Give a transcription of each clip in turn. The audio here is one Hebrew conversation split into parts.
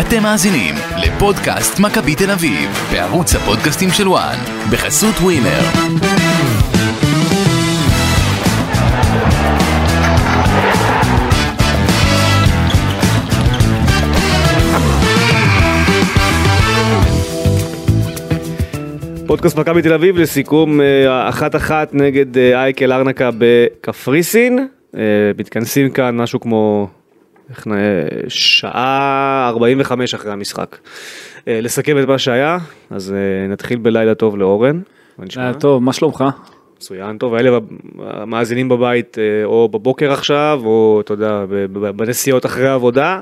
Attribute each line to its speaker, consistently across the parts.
Speaker 1: אתם מאזינים לפודקאסט מכבי תל אביב, בערוץ הפודקאסטים של וואן, בחסות ווינר.
Speaker 2: פודקאסט מכבי תל אביב לסיכום אה, אחת אחת נגד אה, אייקל ארנקה בקפריסין. אה, מתכנסים כאן משהו כמו איך נ- אה, שעה 45 אחרי המשחק. אה, לסכם את מה שהיה, אז אה, נתחיל בלילה טוב לאורן. מה נשמע?
Speaker 3: אה, טוב, מה שלומך?
Speaker 2: מצוין טוב, האלה המאזינים בבית אה, או בבוקר עכשיו, או אתה יודע, ב- ב- בנסיעות אחרי העבודה.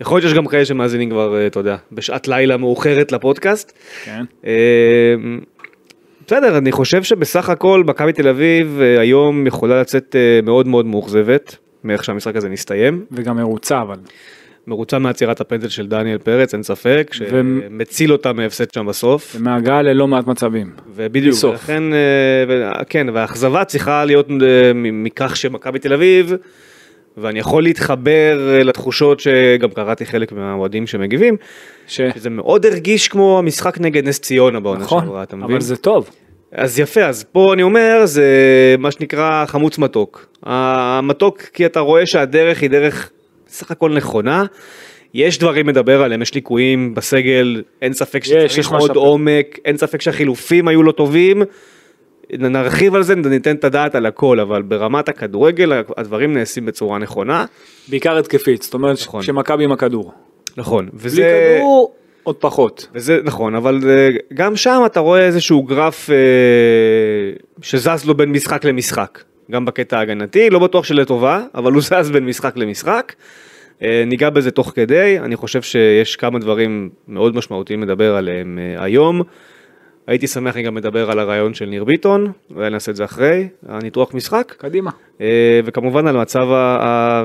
Speaker 2: יכול להיות שיש גם כאלה שמאזינים כבר, אה, אתה יודע, בשעת לילה מאוחרת לפודקאסט.
Speaker 3: כן.
Speaker 2: אמ, בסדר, אני חושב שבסך הכל מכבי תל אביב אה, היום יכולה לצאת אה, מאוד מאוד מאוכזבת מאיך שהמשחק הזה נסתיים.
Speaker 3: וגם מרוצה אבל.
Speaker 2: מרוצה מעצירת הפנדל של דניאל פרץ, אין ספק, שמציל אותה מהפסד שם בסוף.
Speaker 3: ומהגעה ללא מעט מצבים.
Speaker 2: ובדיוק,
Speaker 3: בסוף.
Speaker 2: ולכן, אה, ו- כן, והאכזבה צריכה להיות אה, מ- מכך שמכבי תל אביב, ואני יכול להתחבר אה, לתחושות שגם קראתי חלק מהאוהדים שמגיבים,
Speaker 3: ש...
Speaker 2: שזה מאוד הרגיש כמו המשחק נגד נס ציונה בעונה
Speaker 3: כן. נכון,
Speaker 2: שעברה, אתה מבין?
Speaker 3: אבל זה טוב.
Speaker 2: אז יפה, אז פה אני אומר, זה מה שנקרא חמוץ מתוק. המתוק, כי אתה רואה שהדרך היא דרך בסך הכל נכונה. יש דברים לדבר עליהם, יש ליקויים בסגל, אין ספק
Speaker 3: יש, יש
Speaker 2: שצריך
Speaker 3: מה
Speaker 2: עוד
Speaker 3: לשפר.
Speaker 2: עומק, אין ספק שהחילופים היו לא טובים. נ- נרחיב על זה, נ- ניתן את הדעת על הכל, אבל ברמת הכדורגל ה- הדברים נעשים בצורה נכונה.
Speaker 3: בעיקר התקפית, זאת אומרת
Speaker 2: נכון.
Speaker 3: שמכבי עם הכדור.
Speaker 2: נכון.
Speaker 3: בלי
Speaker 2: וזה...
Speaker 3: כדור עוד פחות.
Speaker 2: וזה נכון, אבל אה, גם שם אתה רואה איזשהו גרף אה, שזז לו בין משחק למשחק. גם בקטע ההגנתי, לא בטוח שלטובה, אבל הוא זז בין משחק למשחק. אה, ניגע בזה תוך כדי, אני חושב שיש כמה דברים מאוד משמעותיים לדבר עליהם אה, היום. הייתי שמח אם גם לדבר על הרעיון של ניר ביטון, אולי נעשה את זה אחרי, הניתוח משחק.
Speaker 3: קדימה.
Speaker 2: אה, וכמובן על מצב ה- ה-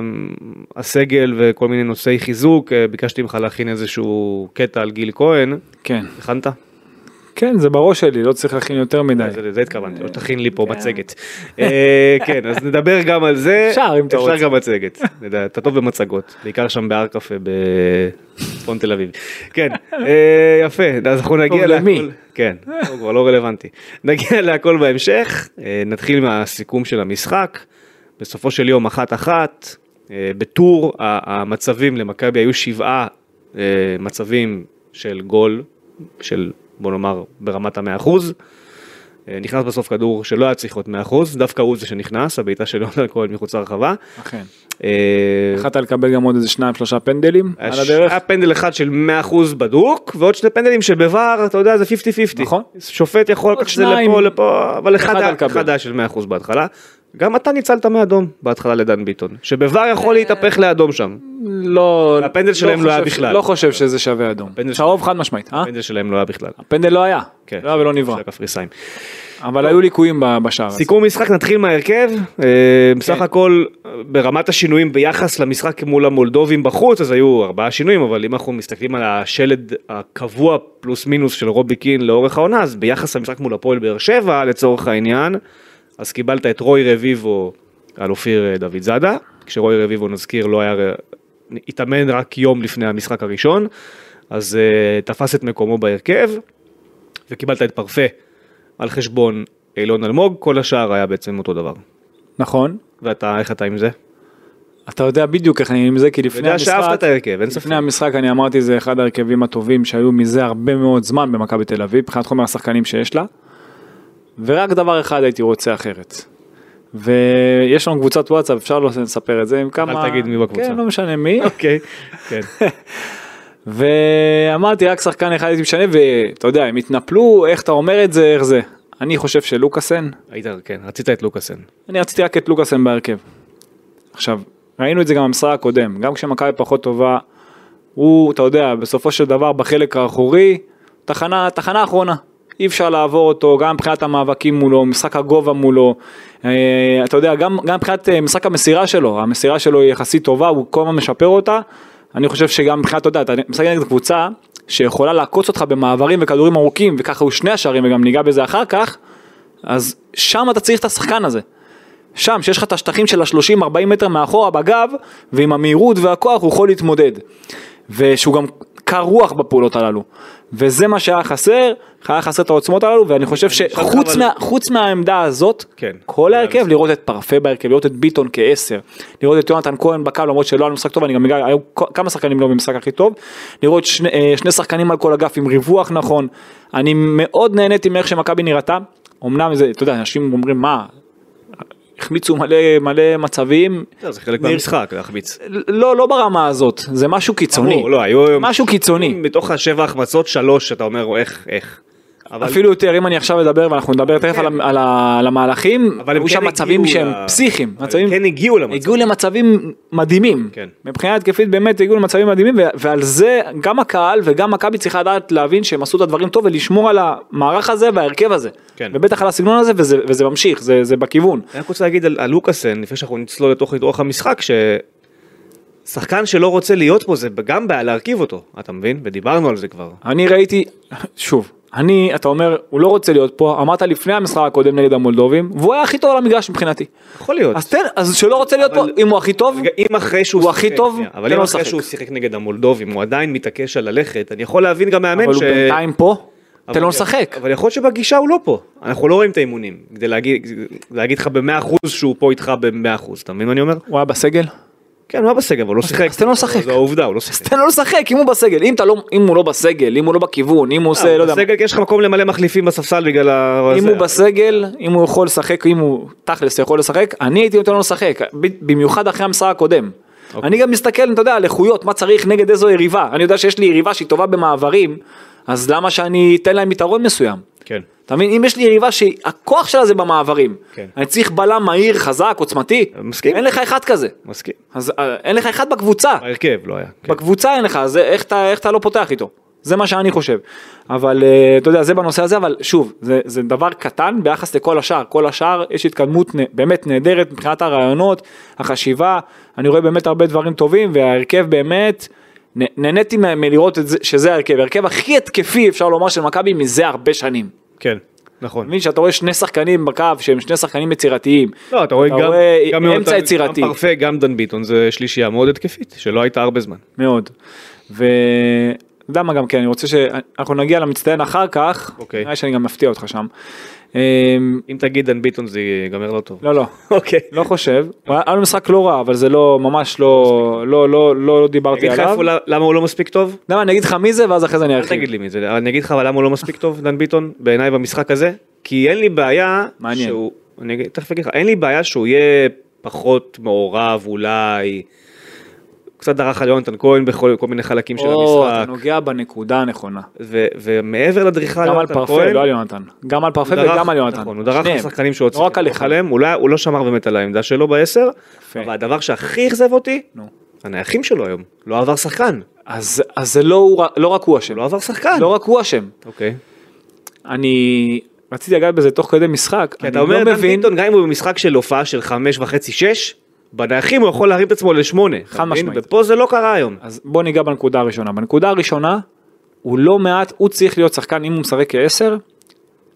Speaker 2: הסגל וכל מיני נושאי חיזוק, אה, ביקשתי ממך להכין איזשהו קטע על גיל כהן,
Speaker 3: כן.
Speaker 2: הכנת?
Speaker 3: כן, זה בראש שלי, לא צריך להכין יותר מדי.
Speaker 2: זה- לזה התכוונתי, לא
Speaker 3: אה,
Speaker 2: תכין לי
Speaker 3: כן.
Speaker 2: פה מצגת. אה, כן, אז נדבר גם על זה.
Speaker 3: אפשר, אם אתה
Speaker 2: אפשר
Speaker 3: רוצה.
Speaker 2: גם מצגת. אתה יודע, אתה טוב במצגות, בעיקר שם בהר קפה בצפון תל אביב. כן, אה, יפה, אז אנחנו נגיע
Speaker 3: טוב, למי?
Speaker 2: להכל. כן, הוא כבר לא רלוונטי. נגיע להכל בהמשך, אה, נתחיל מהסיכום של המשחק. בסופו של יום אחת-אחת, אה, בטור ה- המצבים למכבי היו שבעה אה, מצבים של גול, של בוא נאמר ברמת המאה אחוז. אה, נכנס בסוף כדור שלא היה צריך להיות 100%, דווקא הוא זה שנכנס, הבעיטה של יונתן כהן מחוץ לרחבה.
Speaker 3: אכן.
Speaker 2: אה,
Speaker 3: יכלת לקבל גם עוד איזה שניים שלושה פנדלים על
Speaker 2: הש-
Speaker 3: הדרך.
Speaker 2: היה פנדל אחד של 100% בדוק, ועוד שני פנדלים שבוואר, אתה יודע, זה 50-50.
Speaker 3: נכון.
Speaker 2: שופט יכול לקחת את זה
Speaker 3: שניים.
Speaker 2: לפה, לפה, אבל אחד
Speaker 3: אחד
Speaker 2: היה-
Speaker 3: על קבל.
Speaker 2: אחד היה של 100% בהתחלה. גם אתה ניצלת מאדום בהתחלה לדן ביטון, שבוואר יכול להתהפך לאדום שם.
Speaker 3: לא...
Speaker 2: הפנדל שלהם לא היה
Speaker 3: חושב ש-
Speaker 2: בכלל.
Speaker 3: לא חושב שזה שווה אדום.
Speaker 2: הפנדל
Speaker 3: צהוב חד משמעית, אה?
Speaker 2: הפנדל שלהם לא היה בכלל.
Speaker 3: הפנדל לא היה.
Speaker 2: כן.
Speaker 3: לא היה ולא נברא.
Speaker 2: של הקפריסאים.
Speaker 3: אבל היו ליקויים ב- בשער הזה.
Speaker 2: סיכום משחק נתחיל מההרכב, אה, בסך הכל אה, ברמת השינויים ביחס למשחק מול המולדובים בחוץ אז היו ארבעה שינויים אבל אם אנחנו מסתכלים על השלד הקבוע פלוס מינוס של רובי קין לאורך העונה אז ביחס למשחק מול הפועל באר שבע לצורך העניין אז קיבלת את רוי רביבו על אופיר אה, דוד זאדה כשרוי רביבו נזכיר לא היה התאמן רק יום לפני המשחק הראשון אז אה, תפס את מקומו בהרכב וקיבלת את פרפה על חשבון אילון אלמוג, כל השאר היה בעצם אותו דבר.
Speaker 3: נכון.
Speaker 2: ואתה, איך אתה עם זה?
Speaker 3: אתה יודע בדיוק איך אני עם זה, כי לפני
Speaker 2: יודע שאהבת את
Speaker 3: המשחק,
Speaker 2: ההרכב, אין ספק.
Speaker 3: לפני המשחק אני אמרתי זה אחד ההרכבים הטובים שהיו מזה הרבה מאוד זמן במכבי תל אביב, מבחינת חומר השחקנים שיש לה. ורק דבר אחד הייתי רוצה אחרת. ויש לנו קבוצת וואטסאפ, אפשר לא לספר את זה עם כמה...
Speaker 2: תגיד מי בקבוצה.
Speaker 3: כן, לא משנה מי.
Speaker 2: אוקיי, כן.
Speaker 3: ואמרתי רק שחקן אחד הייתי משנה, ואתה יודע, הם התנפלו, איך אתה אומר את זה, איך זה. אני חושב שלוקאסן,
Speaker 2: היית, כן, רצית את לוקאסן.
Speaker 3: אני רציתי רק את לוקאסן בהרכב. עכשיו, ראינו את זה גם במשחק הקודם, גם כשמכבי פחות טובה, הוא, אתה יודע, בסופו של דבר בחלק האחורי, תחנה, תחנה אחרונה. אי אפשר לעבור אותו, גם מבחינת המאבקים מולו, משחק הגובה מולו, אה, אתה יודע, גם, גם מבחינת אה, משחק המסירה שלו, המסירה שלו היא יחסית טובה, הוא כל הזמן משפר אותה. אני חושב שגם מבחינת, אתה יודע, אתה משחק נגד קבוצה שיכולה לעקוץ אותך במעברים וכדורים ארוכים, וככה הוא שני השערים וגם ניגע בזה אחר כך, אז שם אתה צריך את השחקן הזה. שם, שיש לך את השטחים של ה-30-40 מטר מאחורה בגב, ועם המהירות והכוח הוא יכול להתמודד. ושהוא גם קר רוח בפעולות הללו. וזה מה שהיה חסר, היה חסר את העוצמות הללו, ואני חושב שחוץ
Speaker 2: אבל-
Speaker 3: מה, חוץ מהעמדה הזאת,
Speaker 2: כן.
Speaker 3: כל ההרכב, לראות את פרפה בהרכב, לראות את ביטון כעשר, לראות את יונתן כהן בקו, למרות שלא היה לו משחק טוב, אני גם אגע, היו כ- כמה שחקנים לא במשחק הכי טוב, לראות שני, אה, שני שחקנים על כל אגף עם ריווח נכון, אני מאוד נהניתי מאיך שמכבי נראתה, אמנם זה, אתה יודע, אנשים אומרים מה, החמיצו מלא מלא מצבים,
Speaker 2: לא, זה חלק
Speaker 3: ניר-
Speaker 2: מהמשחק, להחמיץ.
Speaker 3: לא, לא ברמה הזאת, זה משהו קיצוני,
Speaker 2: ברור, אה, לא, היו...
Speaker 3: משהו קיצוני.
Speaker 2: מתוך השבע החמצות, שלוש, שאתה אומר, איך, איך. אבל- כן.
Speaker 3: אפילו יותר אם אני עכשיו אדבר ואנחנו נדבר תכף על ה- על ה- על המהלכים,
Speaker 2: אבל הם
Speaker 3: היו
Speaker 2: כן
Speaker 3: שם מצבים
Speaker 2: הגיעו
Speaker 3: שהם
Speaker 2: ל-
Speaker 3: פסיכיים,
Speaker 2: אבל
Speaker 3: מצבים
Speaker 2: כן הגיעו למצב.
Speaker 3: הגיעו למצבים מדהימים.
Speaker 2: כן.
Speaker 3: מבחינה התקפית באמת הגיעו למצבים מדהימים, ו- ועל זה גם הקהל וגם מכבי צריכה לדעת להבין שהם עשו את הדברים טוב ולשמור על המערך הזה וההרכב הזה.
Speaker 2: כן.
Speaker 3: ובטח על הסגנון הזה, וזה, וזה ממשיך, זה, זה בכיוון.
Speaker 2: אני רק רוצה להגיד על, על לוקאסן, לפני שאנחנו נצלול לתוך אורח המשחק, ששחקן שלא רוצה להיות פה זה גם בעיה להרכיב אותו, אתה מבין? ודיברנו על זה כבר.
Speaker 3: אני ראיתי, שוב, אני, אתה אומר, הוא לא רוצה להיות פה, אמרת לפני המשחק הקודם נגד המולדובים, והוא היה הכי טוב על המגרש מבחינתי.
Speaker 2: יכול להיות.
Speaker 3: אז תן, אז שלא רוצה להיות
Speaker 2: אבל-
Speaker 3: פה, אם הוא הכי טוב,
Speaker 2: רגע, אם אחרי שהוא
Speaker 3: הוא הכי
Speaker 2: שיחק,
Speaker 3: טוב, לא
Speaker 2: שנייה,
Speaker 3: תן
Speaker 2: אבל אם
Speaker 3: לו
Speaker 2: אחרי
Speaker 3: לשחק.
Speaker 2: שהוא שיחק נגד המולדובים, הוא עדיין מתעקש על ללכת, אני יכול להבין גם מאמן
Speaker 3: אבל
Speaker 2: ש...
Speaker 3: הוא בינתיים לא פה,
Speaker 2: אבל-
Speaker 3: תן לו לשחק.
Speaker 2: אבל יכול להיות שבגישה הוא לא פה, אנחנו לא רואים את האימונים, כדי להגיד, להגיד לך במאה אחוז שהוא פה איתך במאה אחוז, אתה מבין מה אני אומר?
Speaker 3: הוא היה בסגל?
Speaker 2: כן, הוא היה בסגל, אבל הוא לא שיחק.
Speaker 3: אז תן לו לשחק.
Speaker 2: זו העובדה, הוא לא שיחק.
Speaker 3: תן לו לשחק אם הוא בסגל אם אתה לא אם הוא לא בסגל אם הוא לא בכיוון אם הוא עושה לא יודע
Speaker 2: אה, בסגל יש לך מקום למלא מחליפים בספסל בגלל ה...
Speaker 3: אם
Speaker 2: זה,
Speaker 3: הוא
Speaker 2: אבל-
Speaker 3: בסגל אם הוא יכול לשחק אם הוא תכלס יכול לשחק אני הייתי נותן לו לשחק ב- במיוחד אחרי המשחק הקודם.
Speaker 2: אוקיי.
Speaker 3: אני גם מסתכל אתה יודע על איכויות מה צריך נגד איזו יריבה אני יודע שיש לי יריבה שהיא טובה במעברים אז למה שאני אתן להם יתרון מסוים.
Speaker 2: כן.
Speaker 3: אתה מבין אם יש לי יריבה שהכוח שלה זה במעברים
Speaker 2: כן.
Speaker 3: אני צריך בלם מהיר חזק עוצמתי
Speaker 2: מסכים.
Speaker 3: אין לך אחד כזה
Speaker 2: מסכים.
Speaker 3: אז אה, אין לך אחד בקבוצה.
Speaker 2: ההרכב לא היה. כן.
Speaker 3: בקבוצה אין לך, אז איך אתה, איך אתה לא פותח איתו? זה מה שאני חושב. אבל אה, אתה יודע, זה בנושא הזה, אבל שוב, זה, זה דבר קטן ביחס לכל השאר. כל השאר יש התקדמות נ, באמת נהדרת מבחינת הרעיונות, החשיבה, אני רואה באמת הרבה דברים טובים, וההרכב באמת, נ, נהניתי מ- מלראות את זה, שזה ההרכב. ההרכב הכי התקפי, אפשר לומר, של מכבי מזה הרבה שנים.
Speaker 2: כן, נכון.
Speaker 3: אתה מבין שאתה רואה שני שחקנים בקו שהם שני שחקנים יצירתיים.
Speaker 2: לא, אתה רואה גם, גם
Speaker 3: אמצע
Speaker 2: יונתן-
Speaker 3: יצירתי.
Speaker 2: גם פרפה, גם דן ביטון, זה שלישייה מאוד התקפית, שלא הייתה הרבה זמן.
Speaker 3: מאוד. ו... אתה יודע מה גם כן, אני רוצה שאנחנו נגיע למצטיין אחר כך,
Speaker 2: אוקיי.
Speaker 3: נראה לי שאני גם מפתיע אותך שם. אמ,
Speaker 2: אם תגיד דן ביטון זה ייגמר לא טוב.
Speaker 3: לא, לא,
Speaker 2: אוקיי.
Speaker 3: לא חושב, הוא היה היה לו משחק לא רע, אבל זה לא, ממש לא, לא, לא, לא, לא
Speaker 2: אני
Speaker 3: דיברתי
Speaker 2: אגיד לך
Speaker 3: עליו.
Speaker 2: איפה- למה הוא לא מספיק טוב?
Speaker 3: אתה יודע מה, אני אגיד לך מי זה, ואז אחרי זה אני
Speaker 2: אל
Speaker 3: ארחיב.
Speaker 2: תגיד לי מי זה, אבל אני אגיד לך אבל למה הוא לא מספיק טוב, דן ביטון, בעיניי במשחק הזה, כי אין לי בעיה
Speaker 3: מעניין.
Speaker 2: שהוא, אני אגיד- תכף אגיד לך, אין לי בעיה שהוא יהיה פחות מעורב אולי, קצת דרך על יונתן כהן בכל כל מיני חלקים של
Speaker 3: או, אתה
Speaker 2: המשחק,
Speaker 3: נוגע בנקודה הנכונה.
Speaker 2: ו- ומעבר לדריכה על
Speaker 3: גם על
Speaker 2: אה, יונתן
Speaker 3: פרפה,
Speaker 2: כהן,
Speaker 3: לא על יונתן. גם על פרפה
Speaker 2: הוא דרך-
Speaker 3: וגם על יונתן.
Speaker 2: נכון, הוא דרך
Speaker 3: שניהם.
Speaker 2: לשחקנים שהוא
Speaker 3: לא רק על אחד.
Speaker 2: עליהם, אולי הוא לא שמר באמת על העמדה שלו בעשר, אבל הדבר שהכי אכזב אותי,
Speaker 3: נו.
Speaker 2: הנייחים שלו היום, לא עבר שחקן,
Speaker 3: אז אז זה לא הוא- לא רק הוא אשם.
Speaker 2: לא עבר שחקן.
Speaker 3: לא רק הוא אשם.
Speaker 2: אוקיי.
Speaker 3: אני רציתי לגעת בזה תוך כדי משחק.
Speaker 2: כי
Speaker 3: אני
Speaker 2: אתה
Speaker 3: לא
Speaker 2: אומר, דן
Speaker 3: מבין-
Speaker 2: ביטון, גם אם הוא במשחק של הופעה של חמש וחצי, שש, בנייחים הוא יכול להרים את עצמו לשמונה. אתה מבין?
Speaker 3: משמעית.
Speaker 2: ופה זה לא קרה היום.
Speaker 3: אז בוא ניגע בנקודה הראשונה. בנקודה הראשונה, הוא לא מעט, הוא צריך להיות שחקן, אם הוא משחק כעשר,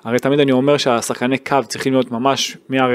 Speaker 3: הרי תמיד אני אומר שהשחקני קו צריכים להיות ממש מה-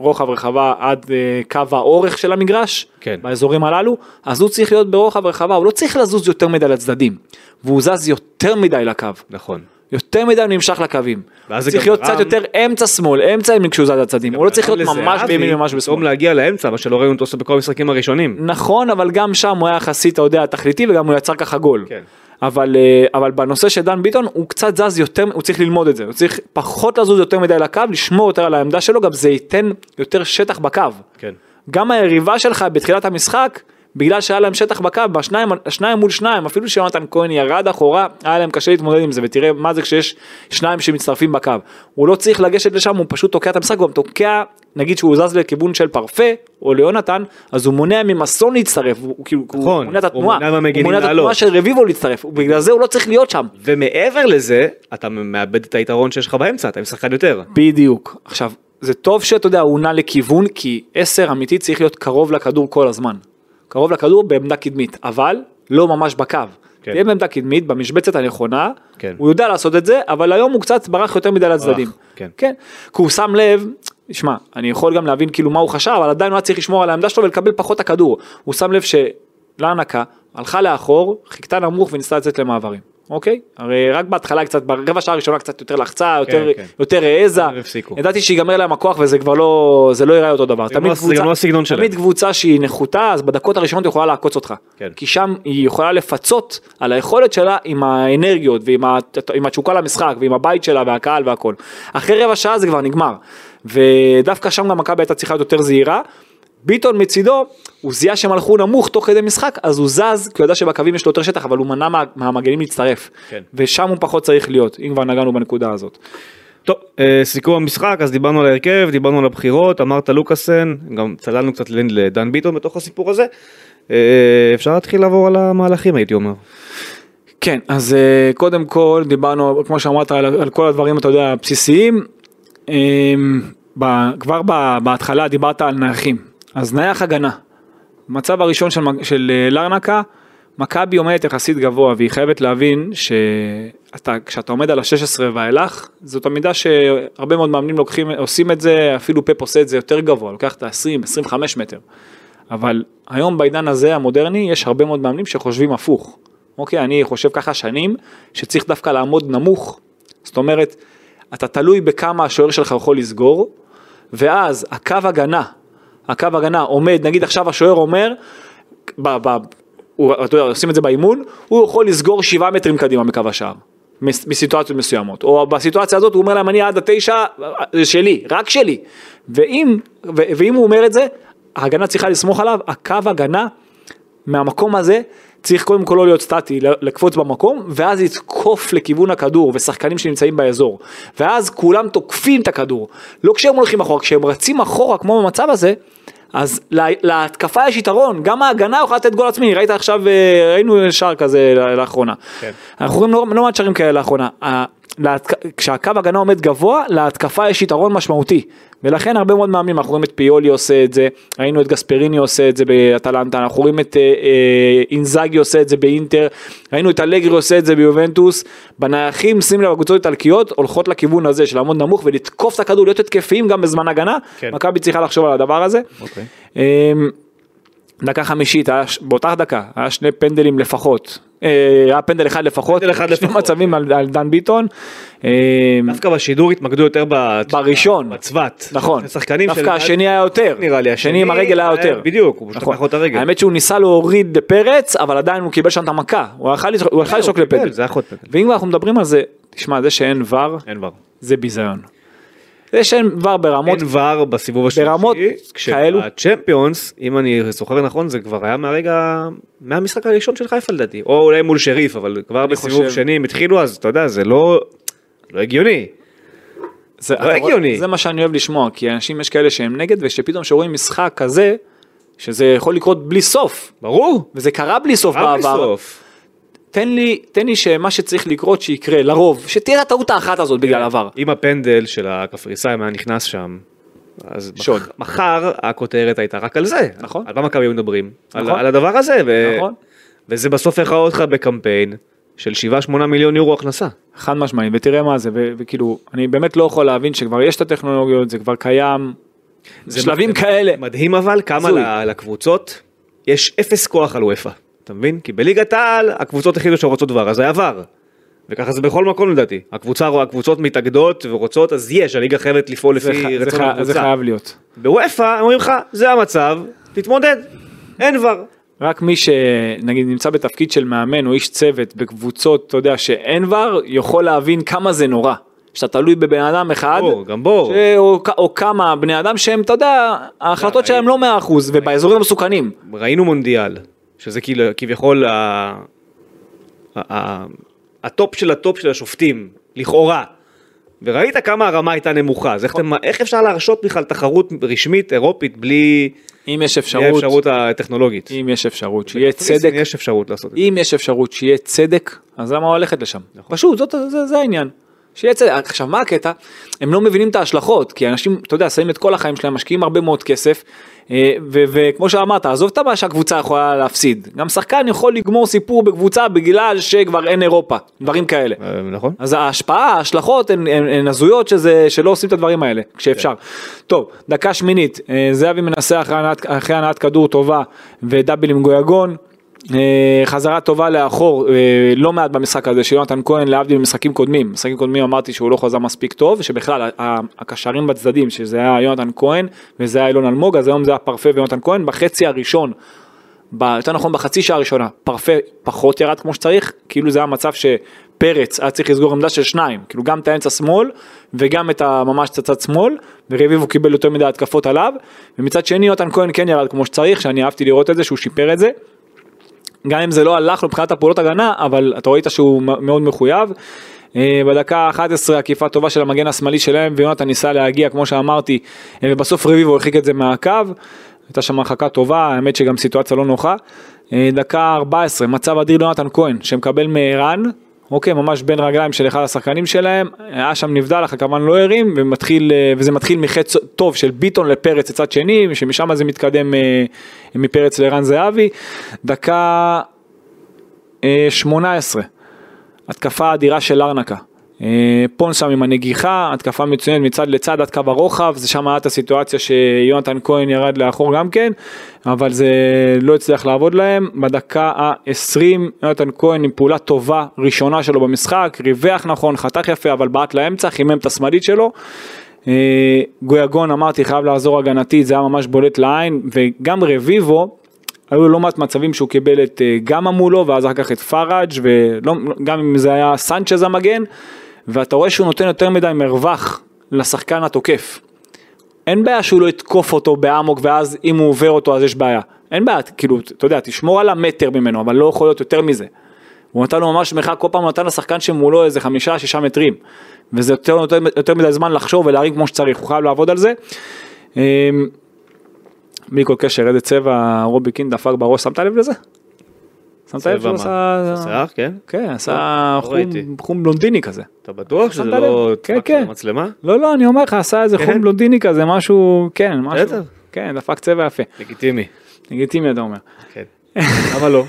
Speaker 3: מרוחב רחבה עד אה, קו האורך של המגרש,
Speaker 2: כן.
Speaker 3: באזורים הללו, אז הוא צריך להיות ברוחב רחבה, הוא לא צריך לזוז יותר מדי לצדדים, והוא זז יותר מדי לקו,
Speaker 2: נכון.
Speaker 3: יותר מדי הוא נמשך לקווים. הוא
Speaker 2: ואז זה
Speaker 3: צריך
Speaker 2: גם
Speaker 3: להיות
Speaker 2: גרם-
Speaker 3: קצת יותר אמצע שמאל, אמצע ימין כשהוא זז לצדדים, הוא לא צריך להיות ממש בימין ממש
Speaker 2: במקום
Speaker 3: בשמאל.
Speaker 2: להגיע לאמצע, מה שלא ראינו אותו עושה בכל המשחקים הראשונים.
Speaker 3: נכון, אבל גם שם הוא היה יחסית, אתה יודע, תכליתי, וגם הוא יצר ככה גול.
Speaker 2: כן.
Speaker 3: אבל, אה, אבל בנושא של דן ביטון, הוא קצת זז יותר, הוא צריך ללמוד את זה. הוא צריך פחות לזוז יותר מדי לקו, לשמור יותר על העמדה שלו, גם זה ייתן יותר שטח בקו.
Speaker 2: כן.
Speaker 3: גם היריבה שלך בתחילת המשחק, בגלל שהיה להם שטח בקו, בשניים שניים מול שניים, אפילו שיונתן כהן ירד אחורה, היה להם קשה להתמודד עם זה, ותראה מה זה כשיש שניים שמצטרפים בקו. הוא לא צריך לגשת לשם, הוא פשוט תוקע את המשחק, הוא גם תוקע, נגיד שהוא זז לכיוון של פרפה, או ליונתן, אז הוא מונע ממסון להצטרף, הוא הוא כאילו, הוא
Speaker 2: נכון,
Speaker 3: מונע את
Speaker 2: הוא
Speaker 3: התנועה,
Speaker 2: מונע
Speaker 3: הוא
Speaker 2: מהמגינים
Speaker 3: מונע את התנועה
Speaker 2: לעלות.
Speaker 3: של רביבו להצטרף, בגלל זה הוא לא צריך להיות שם.
Speaker 2: ומעבר לזה, אתה מאבד את היתרון שיש לך באמצע, אתה עם שחקן יותר.
Speaker 3: בדיוק. עכשיו, זה טוב שאתה יודע, הוא נע לכיוון, כי 10 אמיתי צריך להיות קרוב לכדור כל הזמן. קרוב לכדור בעמדה קדמית, אבל לא ממש בקו.
Speaker 2: כן.
Speaker 3: תהיה בעמדה קדמית, במשבצת הנכונה,
Speaker 2: כן.
Speaker 3: הוא יודע לעשות את זה, אבל היום הוא קצת ברח יותר מדי לצדדים.
Speaker 2: כן.
Speaker 3: כן. כי הוא שם לב, שמע, אני יכול גם להבין כאילו מה הוא חשב, אבל עדיין הוא היה צריך לשמור על העמדה שלו ולקבל פחות את הכדור. הוא שם לב שלהנקה, הלכה לאחור, חיכתה נמוך וניסתה לצאת למעברים, אוקיי? הרי רק בהתחלה קצת, ברבע שעה הראשונה קצת יותר לחצה, יותר,
Speaker 2: כן.
Speaker 3: יותר העזה,
Speaker 2: הפסיקו.
Speaker 3: ידעתי שיגמר להם הכוח וזה כבר לא, זה לא ייראה אותו דבר. תמיד
Speaker 2: לא- זה
Speaker 3: קבוצה-
Speaker 2: גם לא הסגנון שלהם.
Speaker 3: תמיד קבוצה שהיא נחותה, אז בדקות הראשונות היא יכולה לעקוץ אותך.
Speaker 2: כן.
Speaker 3: כי שם היא יכולה לפצות על היכולת שלה עם האנרגיות ועם ה- עם התשוקה למשחק ועם הבית שלה והקהל והכל. אחרי רבע שעה זה כבר נגמר. ודווקא שם גם מכבי הייתה צריכה להיות יותר זהירה. ביטון מצידו, הוא זיהה שהם הלכו נמוך תוך כדי משחק, אז הוא זז, כי הוא ידע שבקווים יש לו יותר שטח, אבל הוא מנע מה, מהמגנים להצטרף.
Speaker 2: כן.
Speaker 3: ושם הוא פחות צריך להיות, אם כבר נגענו בנקודה הזאת.
Speaker 2: טוב, אה, סיכום המשחק, אז דיברנו על ההרכב, דיברנו על הבחירות, אמרת לוקאסן, גם צללנו קצת ל- לדן ביטון בתוך הסיפור הזה. אה, אפשר להתחיל לעבור על המהלכים הייתי אומר.
Speaker 3: כן, אז אה, קודם כל דיברנו, כמו שאמרת, על, על כל הדברים, אתה יודע, הבסיסיים. אה, ב, כבר ב, בהתחלה דיברת על נייחים, אז נייח הגנה. המצב הראשון של, מג- של אה, לרנקה, מכבי עומדת יחסית גבוה, והיא חייבת להבין שכשאתה עומד על ה-16 ואילך, זאת עמידה שהרבה מאוד מאמנים לוקחים, עושים את זה, אפילו פאפ עושה את זה יותר גבוה, לוקח את ה-20-25 מטר. אבל היום בעידן הזה המודרני יש הרבה מאוד מאמנים שחושבים הפוך. אוקיי, אני חושב ככה שנים, שצריך דווקא לעמוד נמוך. זאת אומרת, אתה תלוי בכמה השוער שלך יכול לסגור, ואז הקו הגנה, הקו הגנה עומד, נגיד עכשיו השוער אומר, ב, ב, הוא, אתה יודע, עושים את זה באימון, הוא יכול לסגור שבעה מטרים קדימה מקו השער. מס- מסיטואציות מסוימות, או בסיטואציה הזאת הוא אומר להם אני עד התשע, זה שלי, רק שלי. ואם, ו, ואם הוא אומר את זה, ההגנה צריכה לסמוך עליו, הקו הגנה מהמקום הזה צריך קודם כל לא להיות סטטי, ל- לקפוץ במקום, ואז לתקוף לכיוון הכדור ושחקנים שנמצאים באזור. ואז כולם תוקפים את הכדור. לא כשהם הולכים אחורה, כשהם רצים אחורה כמו במצב הזה, אז לה, להתקפה יש יתרון, גם ההגנה יכולה לתת גול עצמי, ראית עכשיו, אה, ראינו שער כזה ל- לאחרונה. כן. אנחנו רואים לא, לא מעט שערים כאלה לאחרונה. ה- להתק- כשהקו הגנה עומד גבוה, להתקפה יש יתרון משמעותי. ולכן הרבה מאוד מאמנים, אנחנו רואים את פיולי עושה את זה, ראינו את גספריני עושה את זה באטלנטה, אנחנו רואים את אה, אה, אינזאגי עושה את זה באינטר, ראינו את אלגרי עושה את זה ביובנטוס, בנייחים, שים לב, הקבוצות האיטלקיות הולכות לכיוון הזה של לעמוד נמוך ולתקוף את הכדור, להיות התקפיים גם בזמן הגנה,
Speaker 2: כן.
Speaker 3: מכבי צריכה לחשוב על הדבר הזה.
Speaker 2: אוקיי.
Speaker 3: אמ, דקה חמישית, היה, ש- באותה דקה, היה שני פנדלים לפחות. אה, היה פנדל אחד לפחות,
Speaker 2: פנדל אחד
Speaker 3: שני
Speaker 2: לפחות.
Speaker 3: מצבים על, על דן ביטון. אמ,
Speaker 2: דווקא בשידור התמקדו יותר ב-
Speaker 3: בראשון.
Speaker 2: בצוות.
Speaker 3: נכון,
Speaker 2: שחקנים
Speaker 3: דווקא השני היה יותר,
Speaker 2: נראה לי,
Speaker 3: השני עם
Speaker 2: השני
Speaker 3: הרגל היה
Speaker 2: היה-
Speaker 3: יותר,
Speaker 2: בדיוק, הוא פשוט
Speaker 3: נכון.
Speaker 2: לקח לו את הרגל.
Speaker 3: האמת שהוא ניסה להוריד לפרץ, אבל עדיין הוא קיבל שם את המכה, הוא יכל לזרוק- הוא יכל
Speaker 2: אה, הוא
Speaker 3: לשרוק
Speaker 2: קיבל,
Speaker 3: לפנדל,
Speaker 2: כן, זה היה יכול להיות פנדל.
Speaker 3: ואם אנחנו מדברים על זה, תשמע זה שאין ור,
Speaker 2: אין ור.
Speaker 3: זה ביזיון, זה שאין ור ברמות,
Speaker 2: אין ור בסיבוב השלישי.
Speaker 3: ברמות כאלו.
Speaker 2: כשהצ'מפיונס, אם אני זוכר נכון, זה כבר היה מהרגע, מהמשחק הראשון של חיפה לדעתי. או אולי מול שריף, אבל כבר בסיבוב
Speaker 3: חושב-
Speaker 2: שני הם התחילו, אז אתה יודע, זה לא לא הגיוני.
Speaker 3: זה
Speaker 2: לא הגיוני.
Speaker 3: זה מה שאני אוהב לשמוע, כי אנשים יש כאלה שהם נגד, ושפתאום שרואים משחק כזה, שזה יכול לקרות בלי סוף,
Speaker 2: ברור.
Speaker 3: וזה קרה בלי סוף
Speaker 2: עד
Speaker 3: בעבר,
Speaker 2: בסוף.
Speaker 3: תן לי, תן לי שמה שצריך לקרות שיקרה, לרוב, שתהיה את הטעות האחת הזאת בגלל עבר.
Speaker 2: אם הפנדל של הקפריסאים היה נכנס שם, אז
Speaker 3: שוד.
Speaker 2: מח- מחר הכותרת הייתה רק על זה.
Speaker 3: נכון.
Speaker 2: על מה מכבי היו מדברים? על-
Speaker 3: נכון.
Speaker 2: על הדבר הזה. ו-
Speaker 3: נכון.
Speaker 2: וזה בסוף יראה אותך בקמפיין של 7-8 מיליון יורו הכנסה.
Speaker 3: חד משמעית, ותראה מה זה, ו- וכאילו, אני באמת לא יכול להבין שכבר יש את הטכנולוגיות, זה כבר קיים, זה שלבים כאלה.
Speaker 2: מדהים אבל כמה
Speaker 3: הזוי.
Speaker 2: ל- לקבוצות יש אפס כוח על וופא, אתה מבין? כי בליגת העל הקבוצות החליטו שהן רוצות דבר, אז זה עבר. וככה זה בכל מקום לדעתי. הקבוצה, הקבוצות מתאגדות ורוצות, אז יש, הליגה חייבת לפעול
Speaker 3: זה ח-
Speaker 2: לפי
Speaker 3: זה
Speaker 2: רצון
Speaker 3: חי- זה
Speaker 2: הקבוצה.
Speaker 3: חייב להיות.
Speaker 2: בוופא הם אומרים לך, זה המצב, תתמודד, אין דבר.
Speaker 3: רק מי שנגיד נמצא בתפקיד של מאמן או איש צוות בקבוצות, אתה יודע, שאין ור, יכול להבין כמה זה נורא. שאתה תלוי בבן אדם אחד,
Speaker 2: בור, גם בור.
Speaker 3: ש- או, כ- או כמה בני אדם שהם, אתה יודע, ההחלטות
Speaker 2: ראיתי.
Speaker 3: שלהם לא 100% ובאזורים המסוכנים.
Speaker 2: ראינו מונדיאל, שזה כאילו, כביכול ה... ה... ה... הטופ של הטופ של השופטים, לכאורה. וראית כמה הרמה הייתה נמוכה, אז איך, אתם,
Speaker 3: נכון.
Speaker 2: איך אפשר להרשות בכלל תחרות רשמית אירופית בלי
Speaker 3: אם יש
Speaker 2: בלי
Speaker 3: אפשרות,
Speaker 2: האפשרות הטכנולוגית?
Speaker 3: אם יש אפשרות, שיהיה
Speaker 2: בקפריסין
Speaker 3: צדק,
Speaker 2: יש אפשרות לעשות את זה.
Speaker 3: אם יש אפשרות שיהיה צדק, אז למה ללכת לשם?
Speaker 2: נכון.
Speaker 3: פשוט, זאת, זה, זה העניין. שיהיה צדק. עכשיו, מה הקטע? הם לא מבינים את ההשלכות, כי אנשים, אתה יודע, שמים את כל החיים שלהם, משקיעים הרבה מאוד כסף, אה, ו- וכמו שאמרת, עזוב את הבעיה שהקבוצה יכולה להפסיד. גם שחקן יכול לגמור סיפור בקבוצה בגלל שכבר אין אירופה, דברים כאלה.
Speaker 2: אה, נכון?
Speaker 3: אז ההשפעה, ההשלכות הן- הן הן הזויות שזה, שלא עושים את הדברים האלה, כשאפשר. טוב, דקה שמינית, אה, זהבי מנסה אחרי הנעת- אחרי הנעת כדור טובה ודאבל עם גויגון. אה, חזרה טובה לאחור אה, לא מעט במשחק הזה של יונתן כהן להבדיל ממשחקים קודמים. משחקים קודמים אמרתי שהוא לא חזר מספיק טוב שבכלל ה- ה- הקשרים בצדדים שזה היה יונתן כהן וזה היה אילון אלמוג אז היום זה היה פרפה ויונתן כהן בחצי הראשון. ב- יותר נכון בחצי שעה הראשונה פרפה פחות ירד כמו שצריך כאילו זה היה מצב שפרץ היה צריך לסגור עמדה של שניים כאילו גם את האמצע שמאל וגם את הממש צצת שמאל ורביבו קיבל יותר מדי התקפות עליו ומצד שני יונתן כהן כן ירד כמו שצריך שאני אהבתי לראות את זה שהוא שיפר את זה גם אם זה לא הלך לו מבחינת הפעולות הגנה, אבל אתה ראית שהוא מ- מאוד מחויב. אה, בדקה ה-11 עקיפה טובה של המגן השמאלי שלהם, ויונתן ניסה להגיע, כמו שאמרתי, אה, ובסוף רביבו הרחיק את זה מהקו. הייתה שם הרחקה טובה, האמת שגם סיטואציה לא נוחה. אה, דקה 14, מצב אדיר ליונתן כהן, שמקבל מערן, אוקיי, ממש בין רגליים של אחד השחקנים שלהם, היה שם נבדל, אך הכוון לא הרים, ומתחיל, אה, וזה מתחיל מחץ טוב של ביטון לפרץ לצד שני, שמשם זה מתקדם אה, מפרץ לערן זהבי. דקה אה, 18, התקפה אדירה של ארנקה. אה, פונס שם עם הנגיחה, התקפה מצוינת מצד לצד עד קו הרוחב, זה שם היה את הסיטואציה שיונתן כהן ירד לאחור גם כן, אבל זה לא הצליח לעבוד להם. בדקה ה-20 יונתן כהן עם פעולה טובה ראשונה שלו במשחק, ריווח נכון, חתך יפה, אבל בעט לאמצע, חימם את השמאלית שלו. אה, גויגון אמרתי חייב לעזור הגנתית, זה היה ממש בולט לעין, וגם רביבו, היו לו לא מעט מצבים שהוא קיבל את אה, גמא מולו ואז אחר כך את פאראג' וגם אם זה היה סנצ'ז המגן ואתה רואה שהוא נותן יותר מדי מרווח לשחקן התוקף. אין בעיה שהוא לא יתקוף אותו באמוק ואז אם הוא עובר אותו אז יש בעיה. אין בעיה, כאילו, אתה יודע, תשמור על המטר ממנו, אבל לא יכול להיות יותר מזה. הוא נתן לו ממש מרחק, כל פעם הוא נתן לשחקן שמולו איזה חמישה, שישה מטרים. וזה יותר, יותר, יותר מדי זמן לחשוב ולהרים כמו שצריך, הוא חייב לעבוד על זה. אמ, בלי כל קשר, איזה צבע רובי קין דפק בראש, שמת לב לזה? שמת לב שהוא
Speaker 2: צבע מה? זה
Speaker 3: עשה...
Speaker 2: שיער, כן?
Speaker 3: כן, עשה
Speaker 2: לא
Speaker 3: חום-
Speaker 2: ראיתי.
Speaker 3: חום בלונדיני כזה.
Speaker 2: אתה בטוח שזה
Speaker 3: שמת
Speaker 2: לא...
Speaker 3: לב? כן,
Speaker 2: דפק
Speaker 3: כן.
Speaker 2: במצלמה?
Speaker 3: לא, לא, אני אומר לך, עשה איזה חום בלונדיני כזה, משהו, כן, משהו.
Speaker 2: בסדר.
Speaker 3: כן, דפק צבע יפה.
Speaker 2: לגיטימי.
Speaker 3: לגיטימי אתה אומר.
Speaker 2: כן. למה לא?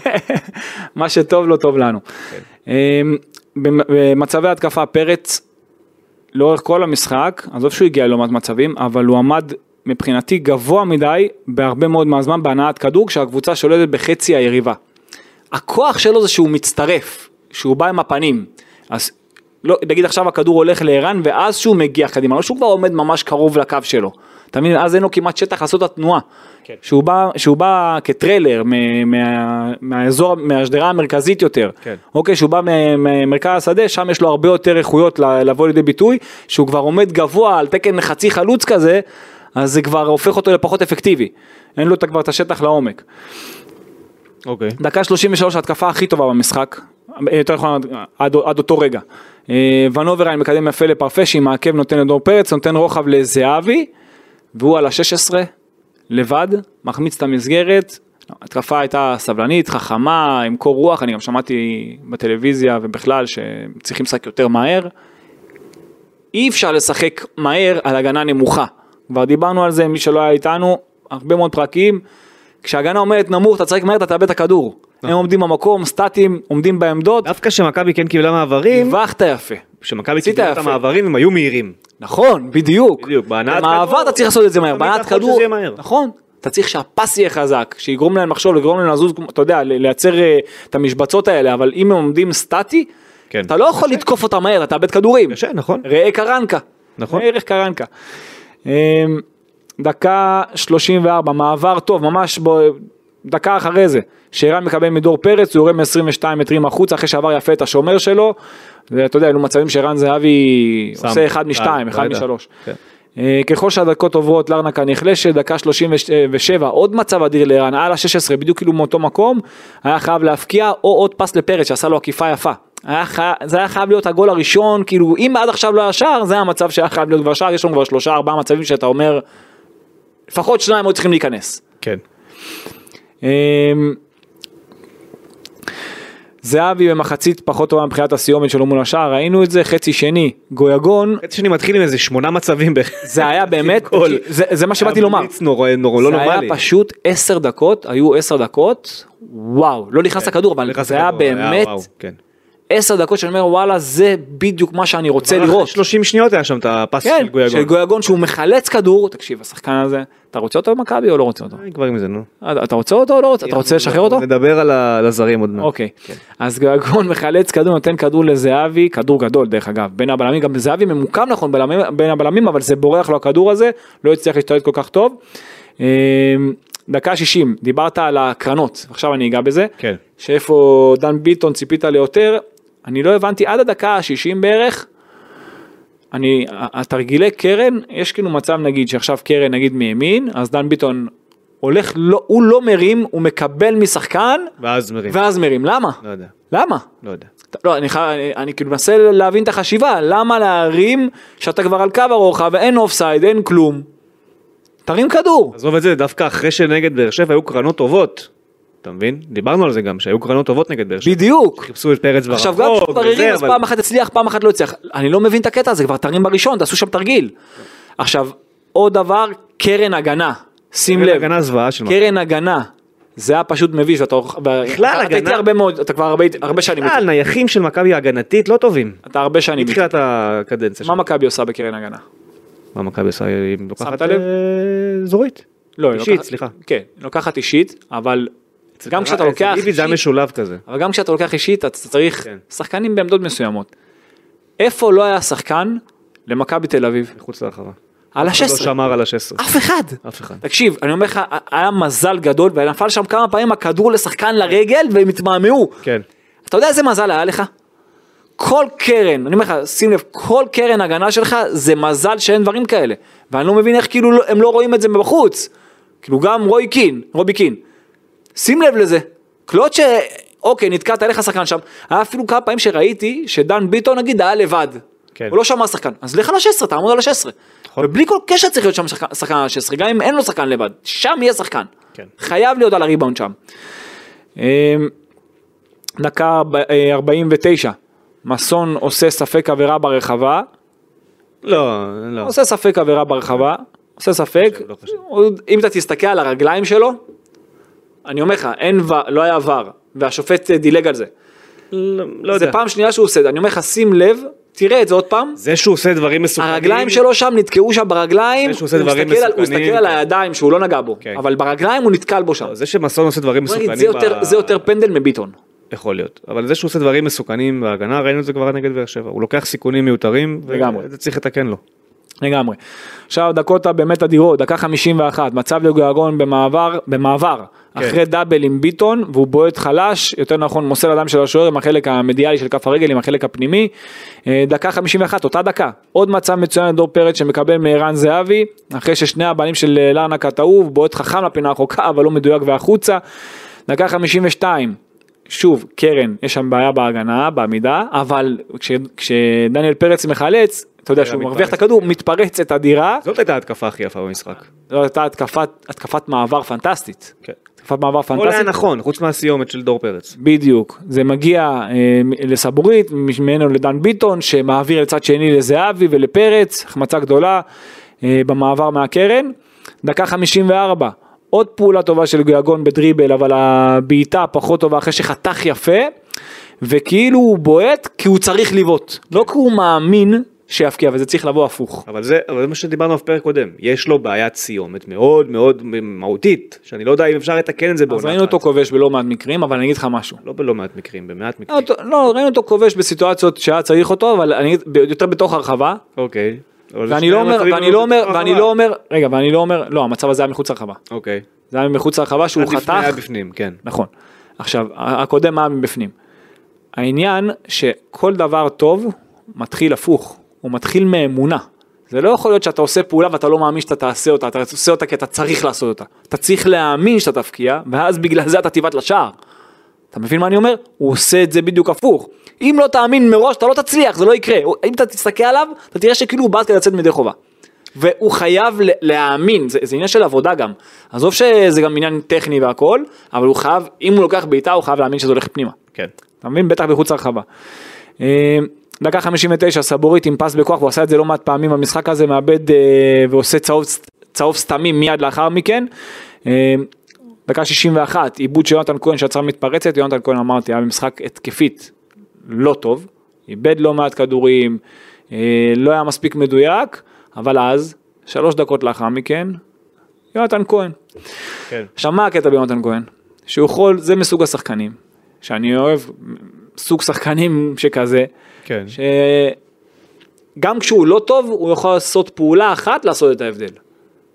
Speaker 3: מה שטוב לא טוב לנו. אמ, במ- במצבי התקפה פרץ לאורך כל המשחק, עזוב שהוא הגיע ללא מעט מצבים, אבל הוא עמד מבחינתי גבוה מדי בהרבה מאוד מהזמן בהנעת כדור כשהקבוצה שולטת בחצי היריבה. הכוח שלו זה שהוא מצטרף, שהוא בא עם הפנים. אז לא, נגיד עכשיו הכדור הולך לערן ואז שהוא מגיע קדימה, לא שהוא כבר עומד ממש קרוב לקו שלו. אתה מבין? אז אין לו כמעט שטח לעשות את התנועה.
Speaker 2: כן.
Speaker 3: שהוא, בא, שהוא בא כטריילר מ- מה, מהאזור, מהשדרה המרכזית יותר.
Speaker 2: כן.
Speaker 3: אוקיי, שהוא בא מ- ממרכז השדה, שם יש לו הרבה יותר איכויות ל- לבוא לידי ביטוי, שהוא כבר עומד גבוה על תקן חצי חלוץ כזה, אז זה כבר הופך אותו לפחות אפקטיבי. אין לו את- כבר את השטח לעומק.
Speaker 2: אוקיי.
Speaker 3: דקה 33 ההתקפה הכי טובה במשחק, אה, יותר נכון עד, עד, עד אותו רגע. אה, ונוברהיים מקדם יפה לפרפשי, מעכב נותן לדור פרץ, נותן רוחב לזהבי, והוא על ה-16, לבד, מחמיץ את המסגרת. התקפה הייתה סבלנית, חכמה, עם קור רוח, אני גם שמעתי בטלוויזיה ובכלל שצריכים לשחק יותר מהר. אי אפשר לשחק מהר על הגנה נמוכה. כבר דיברנו על זה, מי שלא היה איתנו, הרבה מאוד פרקים. כשהגנה עומדת נמוך, אתה צריך מהר, אתה תאבד את הכדור.
Speaker 2: נכון.
Speaker 3: הם עומדים במקום, סטטים, עומדים בעמדות,
Speaker 2: דווקא שמכבי כן קיבלה מעברים,
Speaker 3: הרווחת יפה.
Speaker 2: כשמכבי
Speaker 3: עשית
Speaker 2: קיבלה את
Speaker 3: יפה.
Speaker 2: המעברים הם היו מהירים.
Speaker 3: נכון, בדיוק.
Speaker 2: בדיוק, בהנעת
Speaker 3: במעבר
Speaker 2: כדור,
Speaker 3: אתה צריך לעשות את זה מהר,
Speaker 2: תמיד
Speaker 3: בהנעת
Speaker 2: אתה יכול
Speaker 3: כדור,
Speaker 2: שזה יהיה מהר.
Speaker 3: נכון, אתה צריך שהפס יהיה חזק, שיגרום להם לחשוב, לגרום להם לזוז, כמו- אתה יודע, ל- לייצר אה, את המשבצות האלה, אבל אם הם עומדים סטטי,
Speaker 2: כן.
Speaker 3: אתה לא יכול לתקוף אותם מהר, אתה תאבד כדורים.
Speaker 2: קשה, נכון?
Speaker 3: ראה קרנקה.
Speaker 2: נכון.
Speaker 3: ראה ערך קרנקה. אמ, דקה 34, מעבר טוב, ממש בו, דקה אחרי זה, שערן מקבל מדור פרץ, הוא יורה מ-22 מטרים החוצה, אחרי שעבר יפה את השומר שלו, ואתה יודע, אלו מצבים שערן זהבי
Speaker 2: שם.
Speaker 3: עושה אחד
Speaker 2: אה,
Speaker 3: משתיים, אחד
Speaker 2: לא יודע.
Speaker 3: משלוש.
Speaker 2: כן.
Speaker 3: אה, ככל שהדקות עוברות, לארנקה נחלשת, דקה 37, עוד מצב אדיר לערן, על ה-16, בדיוק כאילו מאותו מקום, היה חייב להפקיע, או עוד פס לפרץ שעשה לו עקיפה יפה. היה חי... זה היה חייב להיות הגול הראשון, כאילו אם עד עכשיו לא היה שער, זה המצב שהיה חייב להיות כבר שער, יש לנו כבר שלושה ארבעה מצבים שאתה אומר, לפחות שניים היו צריכים להיכנס.
Speaker 2: כן.
Speaker 3: אמ, זהבי במחצית פחות טובה מבחינת הסיומת שלו מול השער, ראינו את זה, חצי שני, גויגון,
Speaker 2: חצי שני מתחיל עם איזה שמונה מצבים. ב-
Speaker 3: זה היה באמת,
Speaker 2: גול.
Speaker 3: זה, זה מה שבאתי
Speaker 2: היה
Speaker 3: לומר.
Speaker 2: בליץ נורא נורא לא
Speaker 3: זה
Speaker 2: נורמלי.
Speaker 3: היה פשוט עשר דקות, היו עשר דקות, וואו, לא נכנס לכדור, אבל
Speaker 2: כן. נכנס
Speaker 3: זה היה
Speaker 2: לכדור,
Speaker 3: באמת
Speaker 2: וואו, כן.
Speaker 3: עשר דקות שאני אומר וואלה זה בדיוק מה שאני רוצה לראות.
Speaker 2: 30 אה, שניות היה שם את הפס
Speaker 3: כן,
Speaker 2: של גויגון.
Speaker 3: של גויגון שהוא מחלץ כדור, תקשיב השחקן הזה, אתה רוצה אותו במכבי או לא רוצה אותו?
Speaker 2: די אה, כבר עם זה נו.
Speaker 3: אתה- אתה רוצה אותו או לא רוצה? אתה רוצה לשחרר אותו?
Speaker 2: נדבר על ה- על הזרים עוד מעט.
Speaker 3: אוקיי, אז גויגון מחלץ כדור, נותן כדור לזהבי, כדור גדול דרך אגב, בין הבלמים, גם זהבי ממוקם נכון בלמים- בין הבלמים, אבל זה בורח לו הכדור הזה, לא הצליח להשתלט כל כך טוב. אמ, דקה 60, דיברת על הקרנות, עכשיו אני אגע בזה.
Speaker 2: כן.
Speaker 3: שאיפה דן ביטון ציפית ליותר, אני לא הבנתי עד הדקה ה-60 בערך. אני, התרגילי קרן, יש כאילו מצב נגיד שעכשיו קרן נגיד מימין, אז דן ביטון הולך, לא, הוא לא מרים, הוא מקבל משחקן,
Speaker 2: ואז מרים.
Speaker 3: ואז מרים, למה?
Speaker 2: לא יודע.
Speaker 3: למה?
Speaker 2: לא יודע.
Speaker 3: לא, אני, חי- אני, אני כאילו מנסה להבין את החשיבה, למה להרים שאתה כבר על קו הרוחב ואין אוף סייד, אין כלום? תרים כדור.
Speaker 2: עזוב את זה, דווקא אחרי שנגד באר שבע היו קרנות טובות. אתה מבין? דיברנו על זה גם, שהיו קרנות טובות נגד באר שבע.
Speaker 3: בדיוק.
Speaker 2: חיפשו את פרץ
Speaker 3: עכשיו גם
Speaker 2: ברחוב,
Speaker 3: כשמבררים
Speaker 2: וזה,
Speaker 3: אז
Speaker 2: אבל-
Speaker 3: פעם אחת הצליח, פעם אחת לא הצליח. אני לא מבין את הקטע הזה, כבר תרים בראשון, תעשו שם תרגיל. עכשיו, עוד דבר, קרן הגנה. שים
Speaker 2: קרן
Speaker 3: לב,
Speaker 2: הגנה זוועה של מכבי.
Speaker 3: קרן הגנה. זה היה פשוט מביש, ואתה... בכלל אתה
Speaker 2: הגנה-
Speaker 3: איתי הרבה מאוד, אתה כבר הרבה, הרבה שנים איתי.
Speaker 2: בכלל, נייחים של מכבי ההגנתית לא טובים.
Speaker 3: אתה הרבה שנים איתי.
Speaker 2: מתחילת הקדנציה
Speaker 3: מה
Speaker 2: שלך.
Speaker 3: מכבי עושה בקרן הגנה?
Speaker 2: מה מכבי עושה? היא לוקחת
Speaker 3: לב?
Speaker 2: אה, אזורית.
Speaker 3: לא, היא
Speaker 2: אישית,
Speaker 3: לוקחת-
Speaker 2: סליחה. אה,
Speaker 3: כן, היא לוקחת אישית, אבל גם כשאתה
Speaker 2: אצל
Speaker 3: לוקח
Speaker 2: איביץ' זה היה
Speaker 3: אישית,
Speaker 2: משולב כזה.
Speaker 3: אבל גם כשאתה לוקח אישית, אתה צריך
Speaker 2: כן.
Speaker 3: שחקנים בעמדות מסוימות. איפה לא היה שחקן למכבי תל אביב?
Speaker 2: מחוץ להרחבה.
Speaker 3: על
Speaker 2: לא
Speaker 3: ה-16.
Speaker 2: שמר על ה-16.
Speaker 3: אף אחד.
Speaker 2: אף אחד.
Speaker 3: תקשיב, אני אומר לך, היה מזל גדול, ונפל שם כמה פעמים הכדור לשחקן לרגל, והם התמהמהו.
Speaker 2: כן.
Speaker 3: אתה יודע איזה מזל היה לך? כל קרן, אני אומר לך, שים לב, כל קרן הגנה שלך זה מזל שאין דברים כאלה. ואני לא מבין איך כאילו לא- הם לא רואים את זה מבחוץ. כאילו גם רוי קין, רובי קין. שים לב לזה. קלוט ש... אוקיי, נתקעת עליך שחקן שם. היה אפילו כמה פעמים שראיתי שדן ביטון נגיד היה לבד.
Speaker 2: כן.
Speaker 3: הוא לא שמע שחקן. אז לך ל-16, תעמוד על ה-16.
Speaker 2: נכון.
Speaker 3: ובלי כל קשר צריך להיות שם שחקן- שחקן על ה-16, גם אם אין לו שחקן לבד. שם יהיה שחקן.
Speaker 2: כן.
Speaker 3: חייב להיות על הריבאונד שם. אמ, דקה ארבע- אה, 49, מסון עושה ספק עבירה ברחבה,
Speaker 2: לא, לא.
Speaker 3: עושה ספק עבירה ברחבה, עושה ספק,
Speaker 2: לא חושב.
Speaker 3: עוד- אם אתה תסתכל על הרגליים שלו, אני אומר לך, אין ו... לא היה ור, והשופט אה, דילג על זה.
Speaker 2: לא לא
Speaker 3: זה
Speaker 2: יודע.
Speaker 3: פעם שנייה שהוא עושה את זה, אני אומר לך, שים לב, תראה את זה עוד פעם,
Speaker 2: זה שהוא עושה דברים מסוכנים.
Speaker 3: הרגליים שלו שם נתקעו שם ברגליים,
Speaker 2: זה שהוא עושה
Speaker 3: הוא
Speaker 2: דברים
Speaker 3: מסתכל על- הוא
Speaker 2: מסוכנים.
Speaker 3: הסתכל על הידיים שהוא לא נגע בו,
Speaker 2: כן. לא,
Speaker 3: אבל ברגליים הוא נתקל בו שם.
Speaker 2: זה שמסון עושה דברים
Speaker 3: בוא נגיד,
Speaker 2: מסוכנים.
Speaker 3: זה יותר-
Speaker 2: ב-
Speaker 3: זה יותר פנדל מביטון.
Speaker 2: יכול להיות. אבל זה שהוא עושה דברים מסוכנים בהגנה, ראינו את זה כבר נגד באר שבע. הוא לוקח סיכונים מיותרים. ו-
Speaker 3: לגמרי.
Speaker 2: זה צריך לתקן לו.
Speaker 3: לגמרי. עכשיו דקות הבאמת אדירות, דקה 51, מצב לגויגון במעבר, במעבר,
Speaker 2: כן.
Speaker 3: כן. אחרי דאבל עם ביטון, והוא בועט חלש, יותר נכון מוסר לדם של השוער עם החלק המדיאלי של כף הרגל, עם החלק הפנימי. אה, דקה 51, אותה דקה, עוד מצב מצוין לדור פרץ שמקבל מערן זהבי, אחרי ששני הבעלים של אה, לארנקה טעו, בועט חכם לפינה הרחוקה, אבל לא מדויק והחוצה. דקה 52, שוב, קרן, יש שם בעיה בהגנה, בעמידה, אבל כש, כשדניאל פרץ מחלץ, אתה יודע שהוא מרוויח את
Speaker 2: מתפרץ.
Speaker 3: הכדור, מתפרץ את הדירה,
Speaker 2: זאת הייתה ההתקפה הכי יפה במשחק.
Speaker 3: זו הייתה התקפת, התקפת מעבר פנטסטית.
Speaker 2: כן.
Speaker 3: התקפת מעבר
Speaker 2: הכל היה
Speaker 3: פנטסטית.
Speaker 2: נכון, חוץ מהסיומת של דור פרץ.
Speaker 3: בדיוק, זה מגיע אה, מ- לסבורית, ממנו לדן ביטון, שמעביר לצד שני לזהבי ולפרץ, החמצה גדולה אה, במעבר מהקרן. דקה 54, עוד פעולה טובה של גויגון בדריבל, אבל הבעיטה פחות טובה אחרי שחתך יפה, וכאילו הוא בועט כי הוא צריך לבעוט, לא כי הוא מאמין שיפקיע, וזה צריך לבוא הפוך.
Speaker 2: אבל זה, אבל זה מה שדיברנו בפרק קודם, יש לו בעיית סיומת מאוד מאוד מהותית, שאני לא יודע אם אפשר לתקן את זה
Speaker 3: אז
Speaker 2: בעונה
Speaker 3: ראינו
Speaker 2: אחת.
Speaker 3: אותו כובש בלא מעט מקרים, אבל אני אגיד לך משהו.
Speaker 2: לא בלא מעט מקרים, במעט
Speaker 3: ראינו
Speaker 2: מקרים.
Speaker 3: אותו- לא, ראינו אותו כובש בסיטואציות שהיה צריך אותו, אבל אני אגיד, ב- יותר בתוך הרחבה,
Speaker 2: אוקיי. אבל זה
Speaker 3: ואני
Speaker 2: שני
Speaker 3: לא אומר,
Speaker 2: מצבים
Speaker 3: ואני
Speaker 2: מאוד
Speaker 3: לא אומר,
Speaker 2: בצורה
Speaker 3: ואני
Speaker 2: רחבה.
Speaker 3: לא אומר, רגע, ואני לא אומר, לא, המצב הזה היה מחוץ לרחבה.
Speaker 2: אוקיי.
Speaker 3: זה היה מחוץ לרחבה שהוא
Speaker 2: עד לפני
Speaker 3: חתך,
Speaker 2: היה בפנים, כן.
Speaker 3: נכון. עכשיו, ה- הקודם היה מבפנים. העניין שכל דבר טוב מתחיל הפוך, הוא מתחיל מאמונה. זה לא יכול להיות שאתה עושה פעולה ואתה לא מאמין שאתה תעשה אותה, אתה עושה אותה כי אתה צריך לעשות אותה. אתה צריך להאמין שאתה תפקיע, ואז בגלל זה אתה תבעט לשער. אתה מבין מה אני אומר? הוא עושה את זה בדיוק הפוך. אם לא תאמין מראש, אתה לא תצליח, זה לא יקרה. הוא- אם אתה תסתכל עליו, אתה תראה שכאילו הוא בעט כדי לצאת מידי חובה. והוא חייב ל- להאמין, זה, זה עניין של עבודה גם. עזוב שזה גם עניין טכני והכל, אבל הוא חייב, אם הוא לוקח בעיטה, הוא חייב להאמין שזה הולך פנימה.
Speaker 2: כן.
Speaker 3: אתה מבין? בטח בחוץ הרחבה. אה, דקה 59, סבורית עם פס בכוח, הוא עשה את זה לא מעט פעמים במשחק הזה, מאבד אה, ועושה צהוב, צהוב סתמי מיד לאחר מכן. אה, דקה 61, עיבוד של יונתן כהן שיצרה מתפרצת, יונתן כהן אמרתי, היה במשחק התקפית. לא טוב, איבד לא מעט כדורים, אה, לא היה מספיק מדויק, אבל אז, שלוש דקות לאחר מכן, יונתן כהן.
Speaker 2: כן.
Speaker 3: עכשיו, מה הקטע ביונתן כהן? שהוא יכול, זה מסוג השחקנים, שאני אוהב סוג שחקנים שכזה,
Speaker 2: כן.
Speaker 3: שגם כשהוא לא טוב, הוא יכול לעשות פעולה אחת לעשות את ההבדל.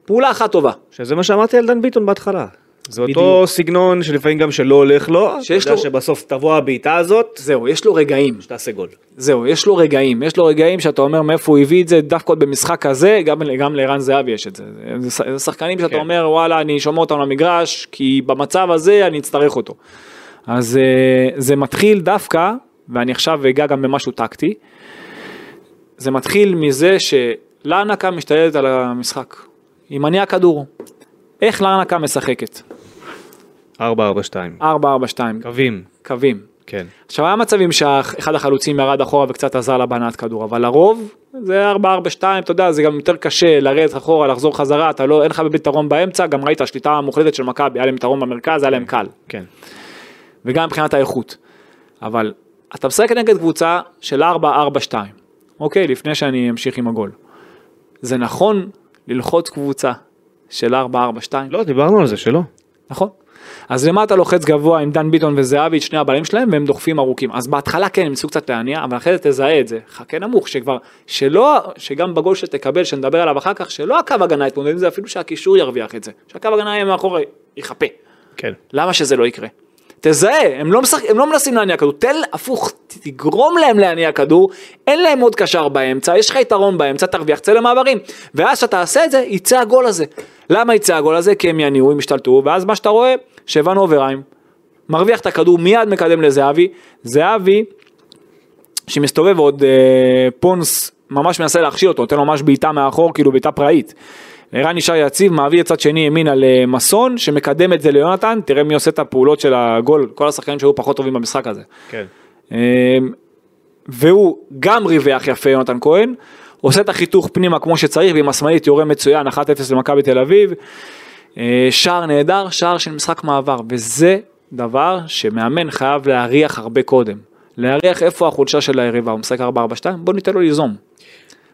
Speaker 3: פעולה אחת טובה.
Speaker 2: שזה מה שאמרתי על דן ביטון בהתחלה. זה אותו
Speaker 3: בדיוק.
Speaker 2: סגנון שלפעמים גם שלא הולך לו, אתה
Speaker 3: שיש
Speaker 2: יודע
Speaker 3: לו-
Speaker 2: שבסוף תבוא הבעיטה הזאת,
Speaker 3: זהו, יש לו רגעים.
Speaker 2: תעשה גול.
Speaker 3: זהו, יש לו רגעים. יש לו רגעים שאתה אומר מאיפה הוא הביא את זה, דווקא עוד במשחק הזה, גם, גם לערן זהבי יש את זה. זה, ש- זה שחקנים שאתה
Speaker 2: כן.
Speaker 3: אומר, וואלה, אני שומר אותם למגרש, כי במצב הזה אני אצטרך אותו. אז אה, זה מתחיל דווקא, ואני עכשיו אגע גם במשהו טקטי, זה מתחיל מזה שלאנקה משתלטת על המשחק. היא מניעה כדור. איך לאנקה משחקת?
Speaker 2: 4-4-2.
Speaker 3: 4-4-2,
Speaker 2: קווים.
Speaker 3: קווים.
Speaker 2: כן.
Speaker 3: עכשיו היה מצבים שאחד החלוצים ירד אחורה וקצת עזר לבנת כדור, אבל לרוב זה 4-4-2, אתה יודע, זה גם יותר קשה לרדת אחורה, לחזור חזרה, אתה לא, אין לך ביתרון באמצע, גם ראית השליטה המוחלטת של מכבי, היה להם יתרון במרכז, היה להם קל,
Speaker 2: כן.
Speaker 3: וגם מבחינת האיכות. אבל אתה משחק נגד קבוצה של 4-4-2, אוקיי, לפני שאני אמשיך עם הגול. זה נכון ללחוץ קבוצה של 4-4-2?
Speaker 2: לא, דיברנו על זה שלא.
Speaker 3: נכון. אז למה אתה לוחץ גבוה עם דן ביטון וזהבי את שני הבעלים שלהם והם דוחפים ארוכים אז בהתחלה כן הם ניסו קצת להניע אבל אחרי זה תזהה את זה חכה נמוך שכבר שלא שגם בגול שתקבל שנדבר עליו אחר כך שלא הקו הגנה יתמודד עם זה אפילו שהקישור ירוויח את זה שהקו הגנה יהיה מאחורי יחפה
Speaker 2: כן.
Speaker 3: למה שזה לא יקרה. תזהה, הם לא, משחק, הם לא מנסים להניע כדור, תן הפוך, תגרום להם להניע כדור, אין להם עוד קשר באמצע, יש לך יתרון באמצע, תרוויח, צא למעברים. ואז כשאתה עושה את זה, יצא הגול הזה. למה יצא הגול הזה? כי הם יניעו, הם ישתלטו, ואז מה שאתה רואה, שוון אוברהיים, מרוויח את הכדור, מיד מקדם לזהבי, זהבי, שמסתובב עוד אה, פונס ממש מנסה להכשיר אותו, נותן לו ממש בעיטה מאחור, כאילו בעיטה פראית. ערן נשאר יציב, מעביר צד שני ימינה למסון, שמקדם את זה ליונתן, תראה מי עושה את הפעולות של הגול, כל השחקנים שהיו פחות טובים במשחק הזה.
Speaker 2: כן.
Speaker 3: אה, והוא גם ריווח יפה יונתן כהן, עושה את החיתוך פנימה כמו שצריך, ועם השמאלית יורה מצוין, 1-0 למכבי תל אביב. אה, שער נהדר, שער של משחק מעבר, וזה דבר שמאמן חייב להריח הרבה קודם. להריח איפה החולשה של היריבה, הוא משחק 4-4-2, בוא ניתן לו ליזום.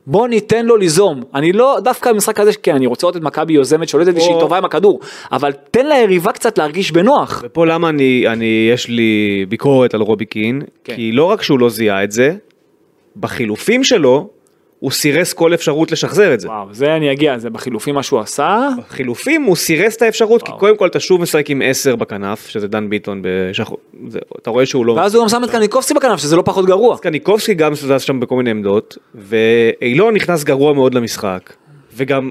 Speaker 3: בוא ניתן לו ליזום. אני לא, דווקא המשחק הזה, כן, אני רוצה לראות את מכבי יוזמת שולטת ושהיא טובה עם הכדור, אבל תן ליריבה קצת להרגיש בנוח.
Speaker 2: ופה למה אני, אני, יש לי ביקורת על רובי קין,
Speaker 3: כן.
Speaker 2: כי לא רק שהוא לא זיהה את זה, בחילופים שלו, הוא סירס כל אפשרות לשחזר את זה.
Speaker 3: וואו, זה אני אגיע, זה בחילופים מה שהוא עשה.
Speaker 2: חילופים הוא סירס את האפשרות כי
Speaker 3: וואו.
Speaker 2: קודם כל אתה שוב משחק עם 10 בכנף שזה דן ביטון בשחור אתה רואה שהוא לא
Speaker 3: ואז הוא גם שם את קניקובסקי בכנף, שזה לא פחות גרוע.
Speaker 2: קניקובסקי גם זז שם בכל מיני עמדות ואילון נכנס גרוע מאוד למשחק וגם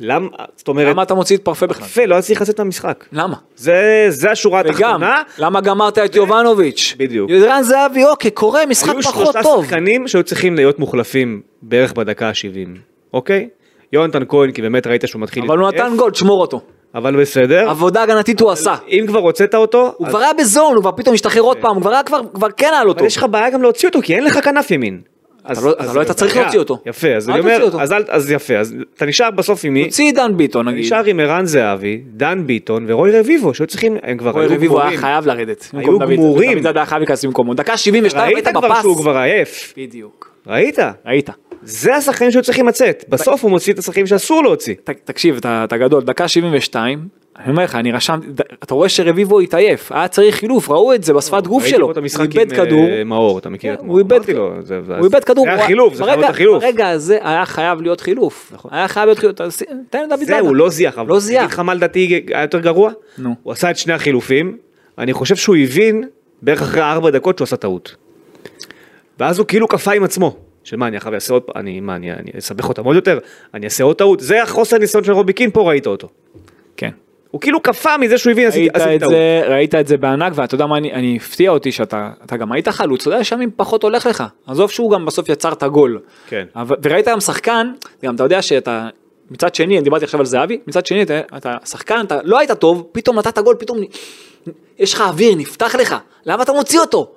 Speaker 2: למה זאת אומרת
Speaker 3: למה אתה מוציא את פרפה בכלל?
Speaker 2: יפה לא היה צריך לצאת מהמשחק
Speaker 3: למה?
Speaker 2: זה זה השורה
Speaker 3: וגם,
Speaker 2: התחתונה
Speaker 3: למה גמרת את יובנוביץ'?
Speaker 2: בדיוק.
Speaker 3: ידרן זהבי, אוקיי, קורה, משחק
Speaker 2: היו
Speaker 3: פחות
Speaker 2: שלושה
Speaker 3: טוב.
Speaker 2: שחקנים שהיו צריכים להיות מוחלפים בערך בדקה ה-70 אוקיי יונתן כהן כי באמת ראית שהוא מתחיל
Speaker 3: אבל הוא
Speaker 2: להתעייף,
Speaker 3: נתן גול, תשמור אותו.
Speaker 2: אבל בסדר
Speaker 3: עבודה הגנתית הוא עשה.
Speaker 2: אם כבר הוצאת אותו אה. אז-
Speaker 3: הוא
Speaker 2: אה.
Speaker 3: כבר היה בזון, הוא כבר פתאום השתחרר עוד פעם, הוא כבר היה כבר- כבר כן היה לו טוב.
Speaker 2: אבל יש לך בעיה גם להוציא אותו, כי אין לך כנף ימין. אז-
Speaker 3: לא-
Speaker 2: אז
Speaker 3: אתה
Speaker 2: זה
Speaker 3: לא היית צריך
Speaker 2: בעיה.
Speaker 3: להוציא אותו.
Speaker 2: יפה, אז
Speaker 3: אל
Speaker 2: אני
Speaker 3: תוציא
Speaker 2: אומר,
Speaker 3: אותו.
Speaker 2: אז אל- אז יפה, אז אתה נשאר בסוף עם מי?
Speaker 3: תוציא את דן ביטון
Speaker 2: אתה
Speaker 3: נגיד.
Speaker 2: נשאר עם ערן זהבי, דן ביטון ורוי רביבו, שהיו צריכים, הם כבר
Speaker 3: רוי
Speaker 2: היו
Speaker 3: רביבו היה
Speaker 2: גמורים.
Speaker 3: חייב לרדת.
Speaker 2: היו
Speaker 3: במקום דוד זאדה.
Speaker 2: גמורים.
Speaker 3: דוד זאדה היה חייב להיכנס במקומו. דקה 72,
Speaker 2: ראית
Speaker 3: היית
Speaker 2: כבר
Speaker 3: בפס.
Speaker 2: שהוא כבר עייף,
Speaker 3: בדיוק.
Speaker 2: ראית?
Speaker 3: ראית.
Speaker 2: זה השחקנים שהיו צריכים לצאת, בסוף הוא מוציא את השחקנים שאסור להוציא.
Speaker 3: ת- תקשיב, אתה אתה גדול, דקה 72, אני אומר לך, אני רשמתי, ד- אתה רואה שרביבו התעייף, היה צריך חילוף, ראו את זה בשפת גוף
Speaker 2: ראיתי
Speaker 3: שלו,
Speaker 2: פה את המשחק
Speaker 3: הוא איבד
Speaker 2: עם,
Speaker 3: כדור, כן,
Speaker 2: אה, מאור, אתה מכיר את
Speaker 3: הוא
Speaker 2: מאור?
Speaker 3: איבד-
Speaker 2: אמרתי לו, זה- זה-
Speaker 3: הוא איבד כדור,
Speaker 2: זה
Speaker 3: הוא-
Speaker 2: היה חילוף, זה חייב
Speaker 3: ברגע-
Speaker 2: להיות חילוף. נכון.
Speaker 3: ברגע הזה היה חייב להיות חילוף, היה חייב להיות חילוף, תעשי- תן לדוד זאדה,
Speaker 2: זהו, לא זיח. אבל
Speaker 3: לא זיח.
Speaker 2: אגיד לך מה לדעתי היה יותר גרוע?
Speaker 3: נו.
Speaker 2: הוא עשה את שני החילופים, אני חושב שהוא הבין בערך אחרי ארבע דקות שהוא עשה טעות. ואז הוא כאילו קפא עם עצמו. שמה אני אחר אעשה עוד פעם, אני מה אני אני אסבך אותם עוד יותר, אני אעשה עוד טעות, זה החוסר ניסיון של רובי קין, פה ראית אותו.
Speaker 3: כן.
Speaker 2: הוא כאילו קפא מזה שהוא הבין, עשיתי
Speaker 3: ראית
Speaker 2: עשיתי
Speaker 3: את
Speaker 2: טעות.
Speaker 3: זה, ראית את זה בענק, ואתה יודע מה, אני, אני הפתיע אותי שאתה אתה גם היית חלוץ, אתה יודע שם אם פחות הולך לך. עזוב שהוא גם בסוף יצר את הגול.
Speaker 2: כן.
Speaker 3: אבל, וראית גם שחקן, גם אתה יודע שאתה, מצד שני, אני דיברתי עכשיו על זהבי, מצד שני אתה, אתה שחקן, אתה לא היית טוב, פתאום נתת גול, פתאום נ- יש לך אוויר, נפתח לך, למה אתה מוציא אותו?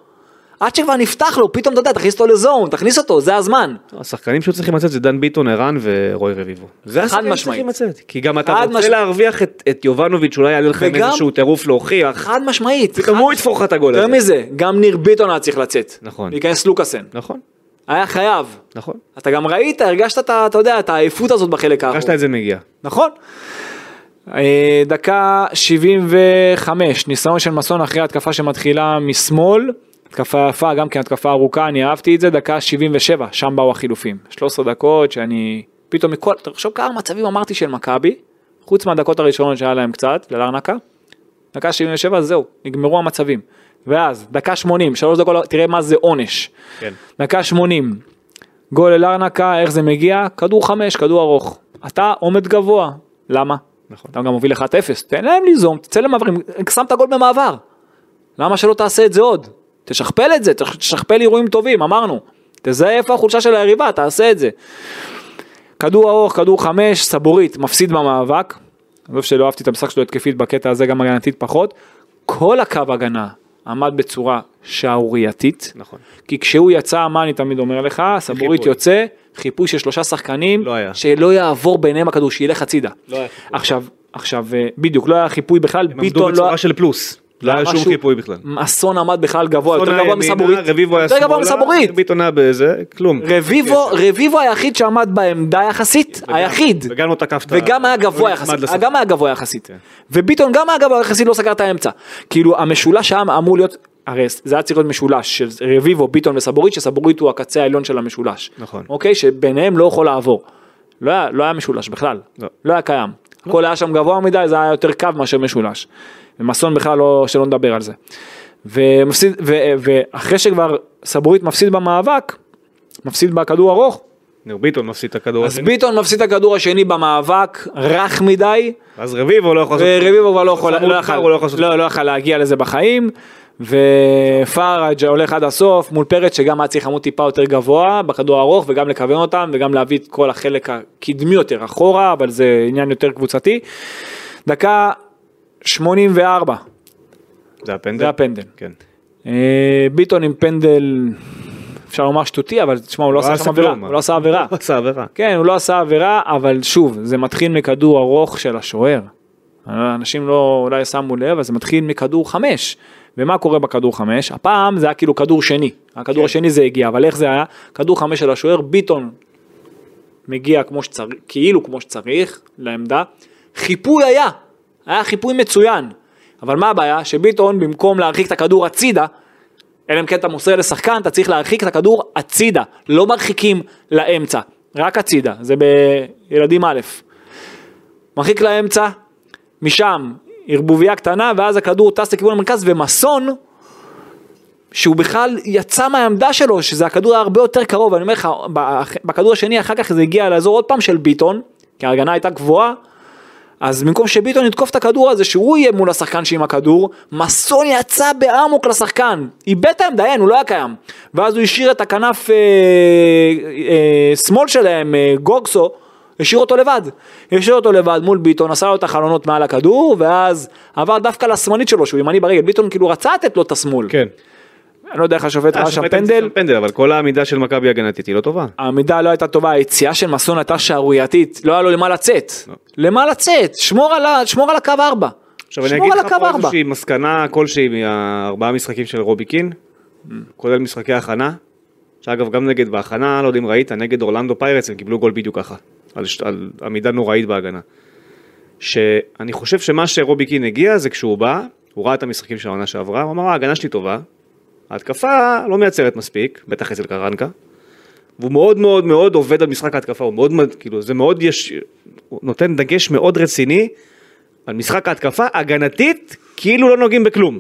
Speaker 4: עד שכבר נפתח לו, פתאום אתה יודע, תכניס אותו לזון, תכניס אותו, זה הזמן.
Speaker 2: השחקנים שהיו צריכים לצאת זה דן ביטון, ערן ורוי רביבו. זה השחקנים
Speaker 4: משמעית.
Speaker 2: שצריכים לצאת. כי גם אתה
Speaker 4: חד
Speaker 2: רוצה
Speaker 4: משמעית.
Speaker 2: להרוויח את, את יובנוביץ', שאולי היה לכם
Speaker 4: וגם-
Speaker 2: איזשהו טירוף להוכיח.
Speaker 4: חד משמעית.
Speaker 2: פתאום
Speaker 4: חד-
Speaker 2: הוא יתפור לך את הגול
Speaker 4: יותר
Speaker 2: הזה.
Speaker 4: מזה, גם ניר ביטון היה צריך לצאת.
Speaker 2: נכון.
Speaker 4: להיכנס לוקאסן.
Speaker 2: נכון,
Speaker 4: היה חייב.
Speaker 2: נכון.
Speaker 4: אתה גם ראית, הרגשת את ה... אתה יודע, את העייפות הזאת בחלק האחרון.
Speaker 2: הרגשת את זה מגיע.
Speaker 4: נכון.
Speaker 3: אה, דקה 75, ניסיון של מסון אחרי התקפה שמתחילה משמאל, התקפה יפה, גם כן התקפה ארוכה, אני אהבתי את זה, דקה 77, שם באו החילופים. 13 דקות שאני, פתאום מכל, תחשוב כמה מצבים אמרתי של מכבי, חוץ מהדקות הראשונות שהיה להם קצת, ללרנקה, דקה 77 זהו, נגמרו המצבים. ואז, דקה 80, שלוש דקות, תראה מה זה עונש.
Speaker 2: כן.
Speaker 3: דקה 80, גול אלארנקה, איך זה מגיע? כדור חמש, כדור ארוך. אתה עומד גבוה, למה?
Speaker 2: נכון.
Speaker 3: אתה גם מוביל 1-0, תן להם ליזום, תצא למעברים, שמת גול במעבר. למה שלא תעשה את זה עוד? תשכפל את זה, תש- תשכפל אירועים טובים, אמרנו. תזהה איפה החולשה של היריבה, תעשה את זה. כדור ארוך, כדור חמש, סבורית, מפסיד במאבק. עזוב שלא אהבתי את המשחק שלו התקפית בקטע הזה, גם הגנתית פחות. כל הקו הגנה עמד בצורה שערורייתית.
Speaker 2: נכון.
Speaker 3: כי כשהוא יצא, מה אני תמיד אומר לך? סבורית
Speaker 2: חיפוי.
Speaker 3: יוצא, חיפוי של שלושה שחקנים,
Speaker 2: לא היה.
Speaker 3: שלא יעבור ביניהם הכדור, שילך הצידה.
Speaker 2: לא היה חיפוי.
Speaker 3: עכשיו, עכשיו, אה, בדיוק, לא היה חיפוי בכלל,
Speaker 2: הם עמדו
Speaker 3: ביטון לא...
Speaker 2: בצורה של פלוס. לא היה שום
Speaker 3: משהו-
Speaker 2: חיפוי בכלל.
Speaker 3: אסון עמד בכלל גבוה, יותר גבוה
Speaker 2: ימינה,
Speaker 3: מסבורית.
Speaker 2: רביבו היה
Speaker 4: יותר גבוה מסבורית.
Speaker 2: ביטון היה בזה, כלום.
Speaker 4: רביבו, רביבו היחיד שעמד בעמדה יחסית,
Speaker 2: וגם-
Speaker 4: היחיד.
Speaker 2: וגם לא תקפת.
Speaker 4: וגם היה גבוה
Speaker 2: הוא
Speaker 4: יחסית,
Speaker 2: נצמד לשחקן.
Speaker 4: גם היה גבוה יחסית.
Speaker 2: כן.
Speaker 4: וביטון גם היה גבוה יחסית, לא סגר את האמצע. כאילו המשולש שם אמור להיות, הרי זה היה צריך להיות משולש של רביבו, ביטון וסבורית, שסבורית הוא הקצה העליון של המשולש.
Speaker 2: נכון.
Speaker 4: אוקיי? שביניהם לא יכול לעבור. לא היה, לא היה משולש בכלל,
Speaker 2: לא.
Speaker 4: לא היה קיים. הכל היה שם גבוה מדי, זה היה יותר קו מאשר משולש. ומסון בכלל לא, שלא נדבר על זה. ומפסיד, ו, ואחרי שכבר סבורית מפסיד במאבק, מפסיד בכדור ארוך,
Speaker 2: נו, ביטון מפסיד את הכדור
Speaker 4: אז
Speaker 2: השני.
Speaker 4: ביטון מפסיד את הכדור השני במאבק, רך מדי,
Speaker 2: אז רביבו לא יכול לעשות...
Speaker 4: ורביבו כבר לא יכול,
Speaker 2: הוא
Speaker 4: לא
Speaker 2: מוכר, הוא לא יכול
Speaker 4: יכול,
Speaker 2: לעשות-
Speaker 4: לא, לא יכול להגיע לזה בחיים, ופארג' הולך עד הסוף מול פרץ שגם היה צריך עמוד טיפה יותר גבוה בכדור הארוך וגם לכוון אותם וגם להביא את כל החלק הקדמי יותר אחורה, אבל זה עניין יותר קבוצתי. דקה 84,
Speaker 2: זה הפנדל.
Speaker 3: זה הפנדל.
Speaker 2: כן.
Speaker 3: אה, ביטון עם פנדל, אפשר לומר שטותי, אבל תשמע, הוא לא עשה שם עבירה,
Speaker 2: כלום.
Speaker 3: הוא לא עשה עבירה.
Speaker 2: הוא לא עשה עבירה.
Speaker 3: כן, הוא לא עשה עבירה, אבל שוב, זה מתחיל מכדור ארוך של השוער. אנשים לא אולי שמו לב, אבל זה מתחיל מכדור חמש. ומה קורה בכדור חמש? הפעם זה היה כאילו כדור שני. הכדור השני זה הגיע, אבל איך זה היה? כדור חמש של השוער, ביטון מגיע כמו שצריך, כאילו כמו שצריך, לעמדה. חיפוי היה, היה חיפוי מצוין. אבל מה הבעיה? שביטון במקום להרחיק את הכדור הצידה, אלא אם כן אתה מוסר לשחקן, אתה צריך להרחיק את הכדור הצידה, לא מרחיקים לאמצע, רק הצידה, זה בילדים א'. מרחיק לאמצע, משם ערבוביה קטנה, ואז הכדור טס לכיוון המרכז, ומסון, שהוא בכלל יצא מהעמדה שלו, שזה הכדור היה הרבה יותר קרוב, אני אומר לך, ב- בכדור השני אחר כך זה הגיע לאזור עוד פעם של ביטון, כי ההגנה הייתה גבוהה, אז במקום שביטון יתקוף את הכדור הזה, שהוא יהיה מול השחקן שעם הכדור, מסון יצא באמוק לשחקן. איבד את העמדה, אין, הוא לא היה קיים. ואז הוא השאיר את הכנף אה, אה, שמאל שלהם, אה, גורקסו, השאיר אותו לבד. השאיר אותו לבד מול ביטון, עשה לו את החלונות מעל הכדור, ואז עבר דווקא לשמאלית שלו, שהוא ימני ברגל. ביטון כאילו רצה לתת לו את השמאל.
Speaker 2: כן.
Speaker 3: אני לא יודע איך השופט ראה שם
Speaker 2: אה, השופט
Speaker 3: פנדל.
Speaker 2: המציא פנדל, אבל כל העמידה של מכבי הגנתית היא לא טובה.
Speaker 3: העמידה לא הייתה טובה, היציאה של מסון הייתה שערורייתית, לא היה לו למה לצאת. למה לצאת? שמור על ה- שמור על הקו 4.
Speaker 2: עכשיו אני
Speaker 3: שמור
Speaker 2: אגיד
Speaker 3: על
Speaker 2: לך
Speaker 3: הקו
Speaker 2: פה
Speaker 3: 4.
Speaker 2: איזושהי מסקנה כלשהי מהארבעה משחקים של רובי קין, כולל משחקי הכנה, שאגב גם נגד בהכנה, לא יודע אם ראית, נגד אורלנדו פיירטס הם קיבלו גול בדיוק ככה, על, ש- על עמידה נוראית בהגנה. שאני חושב שמה שרובי קין הגיע זה כשהוא בא, הוא ראה את המשחקים של העונה שעברה, הוא אמר "אה, ההגנה שלי טובה, ההתקפה לא מייצרת מספיק, בטח אצל קרנקה. והוא מאוד מאוד מאוד עובד על משחק ההתקפה, הוא מאוד, מאוד- כאילו, זה מאוד יש, הוא נותן דגש מאוד רציני על משחק ההתקפה הגנתית, כאילו לא נוגעים בכלום.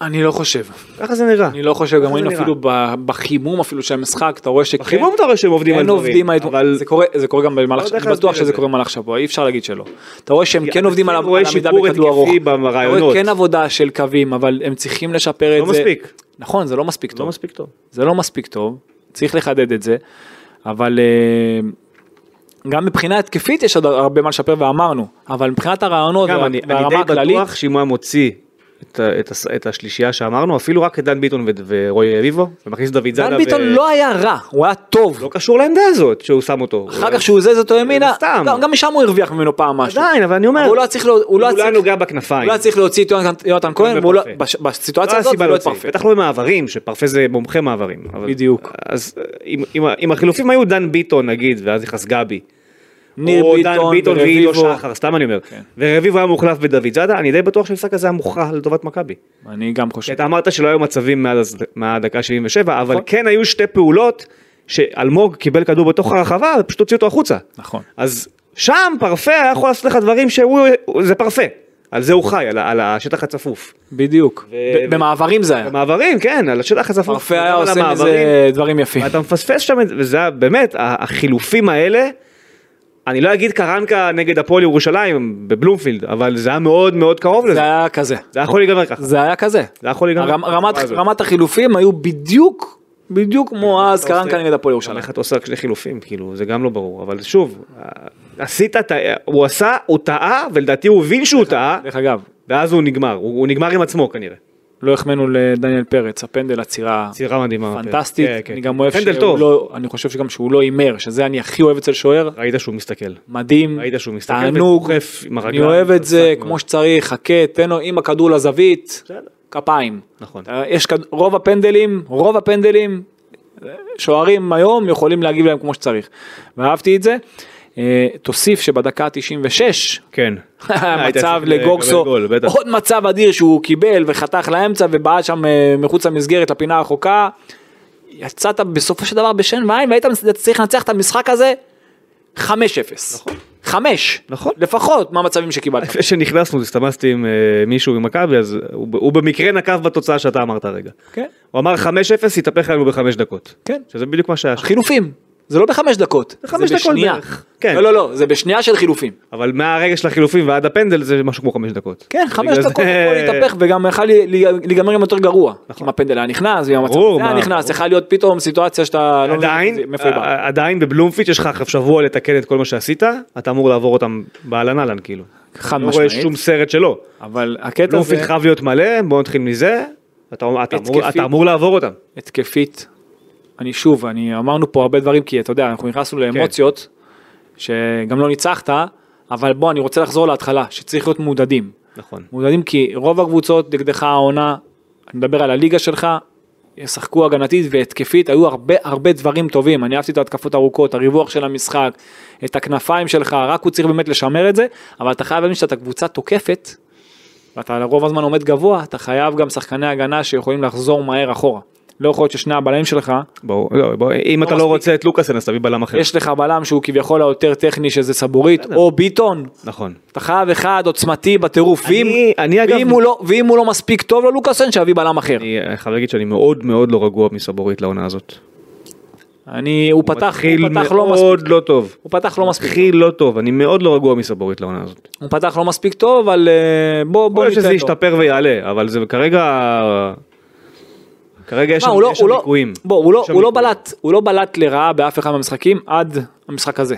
Speaker 3: אני לא חושב.
Speaker 2: ככה זה נראה.
Speaker 3: אני לא חושב,
Speaker 2: ככה
Speaker 3: גם
Speaker 2: זה
Speaker 3: ראינו
Speaker 2: נראה.
Speaker 3: אפילו ב- בחימום אפילו של המשחק, אתה רואה שכן.
Speaker 2: בחימום אתה רואה שהם עובדים על
Speaker 3: כן
Speaker 2: דברים,
Speaker 3: עובדים, על-
Speaker 2: אבל לא
Speaker 3: זה קורה- זה קורה גם במהלך,
Speaker 2: יודע איך
Speaker 3: אני
Speaker 2: להסביר
Speaker 3: בטוח
Speaker 2: את
Speaker 3: שזה
Speaker 2: זה.
Speaker 3: קורה במהלך שבוע, אי אפשר להגיד שלא. אתה רואה שהם
Speaker 2: כי
Speaker 3: כן
Speaker 2: אתה
Speaker 3: עובדים על
Speaker 2: כן רואה
Speaker 3: על עמידה
Speaker 2: שיפור
Speaker 3: בכדור ארוך.
Speaker 2: התקפי
Speaker 3: אתה רואה
Speaker 2: ברעיונות.
Speaker 3: כן עבודה של קווים, אבל הם צריכים לשפר את
Speaker 2: לא
Speaker 3: זה.
Speaker 2: מספיק.
Speaker 3: נכון, זה לא מספיק
Speaker 2: לא
Speaker 3: טוב.
Speaker 2: מספיק טוב.
Speaker 3: זה לא מספיק טוב, צריך לחדד את זה, אבל אה, גם מבחינה התקפית יש עוד הרבה מה לשפר ואמרנו, אבל מבחינת הרעיונות
Speaker 2: גם
Speaker 3: וה-
Speaker 2: אני אני
Speaker 3: והרמה
Speaker 2: די
Speaker 3: הכללית,
Speaker 2: בטוח שאם הוא היה מוציא את, ה- את, הס- את השלישייה שאמרנו, אפילו רק את דן ביטון ו- ורועי רביבו, ומכניס את דוד זאדה.
Speaker 3: דן ביטון
Speaker 2: ו-
Speaker 3: לא היה רע, הוא היה טוב.
Speaker 2: אה, לא קשור לעמדה הזאת שהוא שם אותו.
Speaker 3: אחר כך שהוא זז אותו ימינה,
Speaker 2: סתם.
Speaker 3: גם- גם משם הוא הרוויח ממנו פעם משהו.
Speaker 2: עדיין, אבל אני אומר,
Speaker 3: אבל הוא לא היה צריך לה- הוא לא היה
Speaker 2: אולי
Speaker 3: צריך-
Speaker 2: נוגע בכנפיים.
Speaker 3: הוא לא היה צריך להוציא את יונתן- יונתן כהן, והוא לא-
Speaker 2: ופרפה.
Speaker 3: בש-
Speaker 2: לא
Speaker 3: בסיטואציה
Speaker 2: היה
Speaker 3: הזאת
Speaker 2: סיבה
Speaker 3: הוא לא
Speaker 2: להוציא,
Speaker 3: התפרפר.
Speaker 2: בטח לא עם מעברים, שפרפה זה מומחה מעברים. אבל-
Speaker 3: בדיוק.
Speaker 2: אז אה, אם- אם ה- אם החילופים היו דן ביטון נגיד, ואז נכנס גבי.
Speaker 3: ניר
Speaker 2: או דן
Speaker 3: ביטון
Speaker 2: ביטון ועידו
Speaker 3: ורביבו. כן.
Speaker 2: שחר, סתם אני אומר. ורביבו היה מוחלף בדוד זאדה, אני די בטוח שהמשחק הזה היה מוכרע לטובת מכבי.
Speaker 3: כן.
Speaker 5: אני גם
Speaker 2: כי
Speaker 5: חושב.
Speaker 2: אתה אמרת שלא היו מצבים מאז- מהדקה 77,
Speaker 3: נכון.
Speaker 2: אבל כן היו שתי פעולות שאלמוג קיבל כדור בתוך הרחבה ופשוט הוציא אותו החוצה.
Speaker 5: נכון.
Speaker 2: אז שם פרפה היה יכול לעשות לך דברים שהוא, זה פרפה. על זה הוא חי, על, ה- על השטח הצפוף.
Speaker 5: בדיוק.
Speaker 3: ב- במעברים זה היה.
Speaker 2: במעברים, כן, על השטח הצפוף.
Speaker 3: פרפה
Speaker 2: וגם
Speaker 3: היה
Speaker 2: על
Speaker 3: עושה
Speaker 2: המעברים.
Speaker 3: מזה דברים יפים.
Speaker 2: אתה מפספס שם, את- וזה היה באמת, ה- החילופים האלה, אני לא אגיד קרנקה נגד הפועל ירושלים בבלומפילד, אבל זה היה מאוד מאוד קרוב לזה.
Speaker 3: זה היה כזה.
Speaker 2: זה היה יכול להיגמר ככה.
Speaker 3: זה היה כזה.
Speaker 2: זה היה יכול להיגמר.
Speaker 3: הרמ- רמת-
Speaker 2: בצורה הזאת.
Speaker 3: רמת החילופים היו בדיוק, בדיוק כמו אז
Speaker 2: אתה עושה-
Speaker 3: קרנקה נגד הפועל ירושלים.
Speaker 2: איך אתה עושה רק שני חילופים, כאילו, זה גם לא ברור, אבל שוב, אה, עשית, את ה- הוא עשה, הוא טעה, ולדעתי הוא הבין שהוא טעה,
Speaker 3: דרך אגב,
Speaker 2: ואז הוא נגמר, הוא הוא נגמר עם עצמו כנראה.
Speaker 3: לא החמאנו לדניאל פרץ, הפנדל עצירה
Speaker 2: צירה מדהימה.
Speaker 3: פנטסטית,
Speaker 2: כן, כן.
Speaker 3: אני גם אוהב
Speaker 2: פנדל
Speaker 3: שהוא
Speaker 2: טוב.
Speaker 3: לא, אני חושב שגם שהוא לא הימר, שזה אני הכי אוהב אצל שוער,
Speaker 2: ראית שהוא מסתכל.
Speaker 3: מדהים,
Speaker 2: ראית שהוא מסתכל
Speaker 3: תענוג,
Speaker 2: ודוחף עם
Speaker 3: אני
Speaker 2: הרגליים.
Speaker 3: אוהב את זה
Speaker 2: חזק
Speaker 3: כמו
Speaker 2: מאוד.
Speaker 3: שצריך, חכה, תן לו עם הכדור לזווית,
Speaker 2: בסדר.
Speaker 3: כפיים.
Speaker 2: נכון.
Speaker 3: אתה- יש כד- רוב הפנדלים, רוב הפנדלים, אה, שוערים היום יכולים להגיב להם כמו שצריך, ואהבתי את זה. אה, תוסיף שבדקה ה-96
Speaker 2: כן. היית
Speaker 3: מצב
Speaker 2: צריך
Speaker 3: לגורסו,
Speaker 2: לקבל גול, בטח.
Speaker 3: עוד מצב אדיר שהוא קיבל וחתך לאמצע ובעט שם אה, מחוץ למסגרת לפינה הרחוקה. יצאת בסופו של דבר בשן ועין והיית צריך לנצח את המשחק הזה 5-0. נכון. 5.
Speaker 2: נכון.
Speaker 3: לפחות מהמצבים שקיבלת.
Speaker 2: לפני שנכנסנו, הסתמסתי עם אה, מישהו ממכבי, אז הוא הוא במקרה נקב בתוצאה שאתה אמרת הרגע.
Speaker 3: כן.
Speaker 2: הוא אמר 5-0, התהפך עלינו בחמש דקות.
Speaker 3: כן.
Speaker 2: שזה בדיוק מה שהיה שם.
Speaker 3: חילופים. זה לא בחמש דקות. זה
Speaker 2: חמש דקות
Speaker 3: בשנייה.
Speaker 2: בערך. כן.
Speaker 3: לא לא לא, זה בשנייה של חילופים.
Speaker 2: אבל מהרגע של החילופים ועד הפנדל זה משהו כמו חמש דקות.
Speaker 3: כן, חמש
Speaker 2: בגלל
Speaker 3: דקות
Speaker 2: זה-
Speaker 3: יכול להתהפך וגם יכול לי- לי- להיגמר עם יותר גרוע. נכון. אם הפנדל היה נכנס, ואם המצב
Speaker 2: ברור,
Speaker 3: הזה היה
Speaker 2: מה,
Speaker 3: נכנס, יכולה להיות פתאום סיטואציה שאתה לא
Speaker 2: עדיין, אה,
Speaker 3: מבין מאיפה היא באה.
Speaker 2: ע- עדיין בבלומפיץ' יש לך עכשיו שבוע לתקן את כל מה שעשית, אתה אמור לעבור אותם באהלן אהלן כאילו.
Speaker 3: חד
Speaker 2: לא רואה
Speaker 3: משמעית.
Speaker 2: שום סרט שלו.
Speaker 3: אבל הקטע
Speaker 2: בלומפיץ'
Speaker 3: זה
Speaker 2: חייב להיות מלא, בוא נתחיל מזה, אתה אמור- אתה אמור-
Speaker 3: התקפית.
Speaker 2: אתה אמור לעבור אותם.
Speaker 3: התקפית. אני שוב, אני אמרנו פה הרבה דברים כי אתה יודע, אנחנו נכנסנו לאמוציות, שגם לא ניצחת, אבל בוא, אני רוצה לחזור להתחלה, שצריך להיות מעודדים.
Speaker 2: נכון.
Speaker 3: מעודדים כי רוב הקבוצות נגדך העונה, אני מדבר על הליגה שלך, ישחקו הגנתית והתקפית, היו הרבה הרבה דברים טובים, אני אהבתי את ההתקפות הארוכות, הריווח של המשחק, את הכנפיים שלך, רק הוא צריך באמת לשמר את זה, אבל אתה חייב להבין שאתה קבוצה תוקפת, ואתה רוב הזמן עומד גבוה, אתה חייב גם שחקני הגנה שיכולים לחזור מהר אחורה. לא יכול להיות ששני הבלמים שלך,
Speaker 2: ברור, לא, בוא, אם אתה לא
Speaker 3: מספיק.
Speaker 2: רוצה את לוקאסן אז תביא בלם אחר.
Speaker 3: יש לך בלם שהוא כביכול היותר טכני שזה סבורית, או ביטון,
Speaker 2: נכון.
Speaker 3: אתה חייב אחד עוצמתי בטירוף,
Speaker 2: אני-
Speaker 3: ואם,
Speaker 2: אני אגב-
Speaker 3: ואם, הוא לא, ואם הוא לא מספיק טוב לו לוקאסן שיביא בלם אחר. אני,
Speaker 2: אני חייב להגיד שאני מאוד מאוד לא רגוע מסבורית לעונה הזאת.
Speaker 3: הוא פתח,
Speaker 2: מתחיל
Speaker 3: הוא פתח לא מספיק,
Speaker 2: מאוד לא טוב.
Speaker 3: הוא פתח לא מספיק,
Speaker 2: מתחיל לא טוב, אני מאוד לא רגוע מסבורית לעונה הזאת.
Speaker 3: הוא פתח לא מספיק טוב, אבל אה, בוא,
Speaker 2: יכול
Speaker 3: בוא
Speaker 2: להיות שזה
Speaker 3: ניתן לו.
Speaker 2: ישתפר ויעלה, אבל זה כרגע... כרגע יש
Speaker 3: מה, הוא לא-
Speaker 2: שם- יש שם
Speaker 3: הוא לא-
Speaker 2: ליקויים.
Speaker 3: בוא, הוא לא-
Speaker 2: יש שם
Speaker 3: הוא לא
Speaker 2: ליקויים.
Speaker 3: בלט, הוא לא בלט לרעה באף אחד מהמשחקים עד המשחק הזה.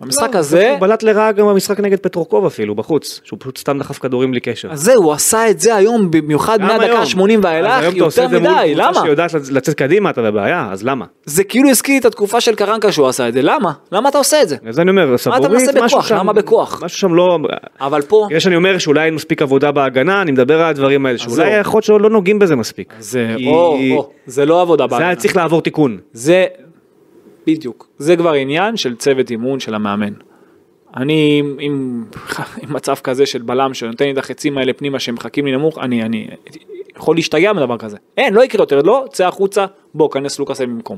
Speaker 3: במשחק הזה,
Speaker 2: הוא בלט לרעה גם במשחק נגד פטרוקוב אפילו, בחוץ, שהוא פשוט סתם דחף כדורים בלי קשר.
Speaker 3: אז זהו, הוא עשה את זה היום במיוחד
Speaker 2: גם
Speaker 3: מהדקה
Speaker 2: היום.
Speaker 3: ה-80
Speaker 2: אז
Speaker 3: ואילך,
Speaker 2: היום אתה עושה
Speaker 3: יותר
Speaker 2: את זה מול
Speaker 3: מדי,
Speaker 2: קבוצה
Speaker 3: למה?
Speaker 2: שיודעת לצ- לצאת קדימה אתה בבעיה, אז למה?
Speaker 3: זה כאילו הזכיר לי את התקופה של קרנקה שהוא עשה את זה, למה? למה אתה עושה את זה?
Speaker 2: אז אני אומר, סבורית,
Speaker 3: מנסה
Speaker 2: משהו
Speaker 3: בכוח?
Speaker 2: שם-
Speaker 3: למה בכוח?
Speaker 2: משהו שם לא...
Speaker 3: אבל פה,
Speaker 2: יש שאני אומר שאולי אין מספיק עבודה בהגנה, אני מדבר על הדברים האלה, שאולי
Speaker 3: זהו. אה,
Speaker 2: יכול להיות שלא לא נוגעים בזה מספיק.
Speaker 3: זה,
Speaker 2: כי-
Speaker 3: או, או, זה לא עבודה
Speaker 2: זה היה
Speaker 3: בעיה.
Speaker 2: צריך לעבור תיקון.
Speaker 3: זה, בדיוק, זה כבר עניין של צוות אימון של המאמן. אני עם, עם, עם מצב כזה של בלם שנותן לי את החצים האלה פנימה שמחכים לי נמוך, אני, אני יכול להשתגע מדבר כזה. אין, לא יקרה יותר, לא, צא החוצה, בוא, כנס לוקאסל במקום.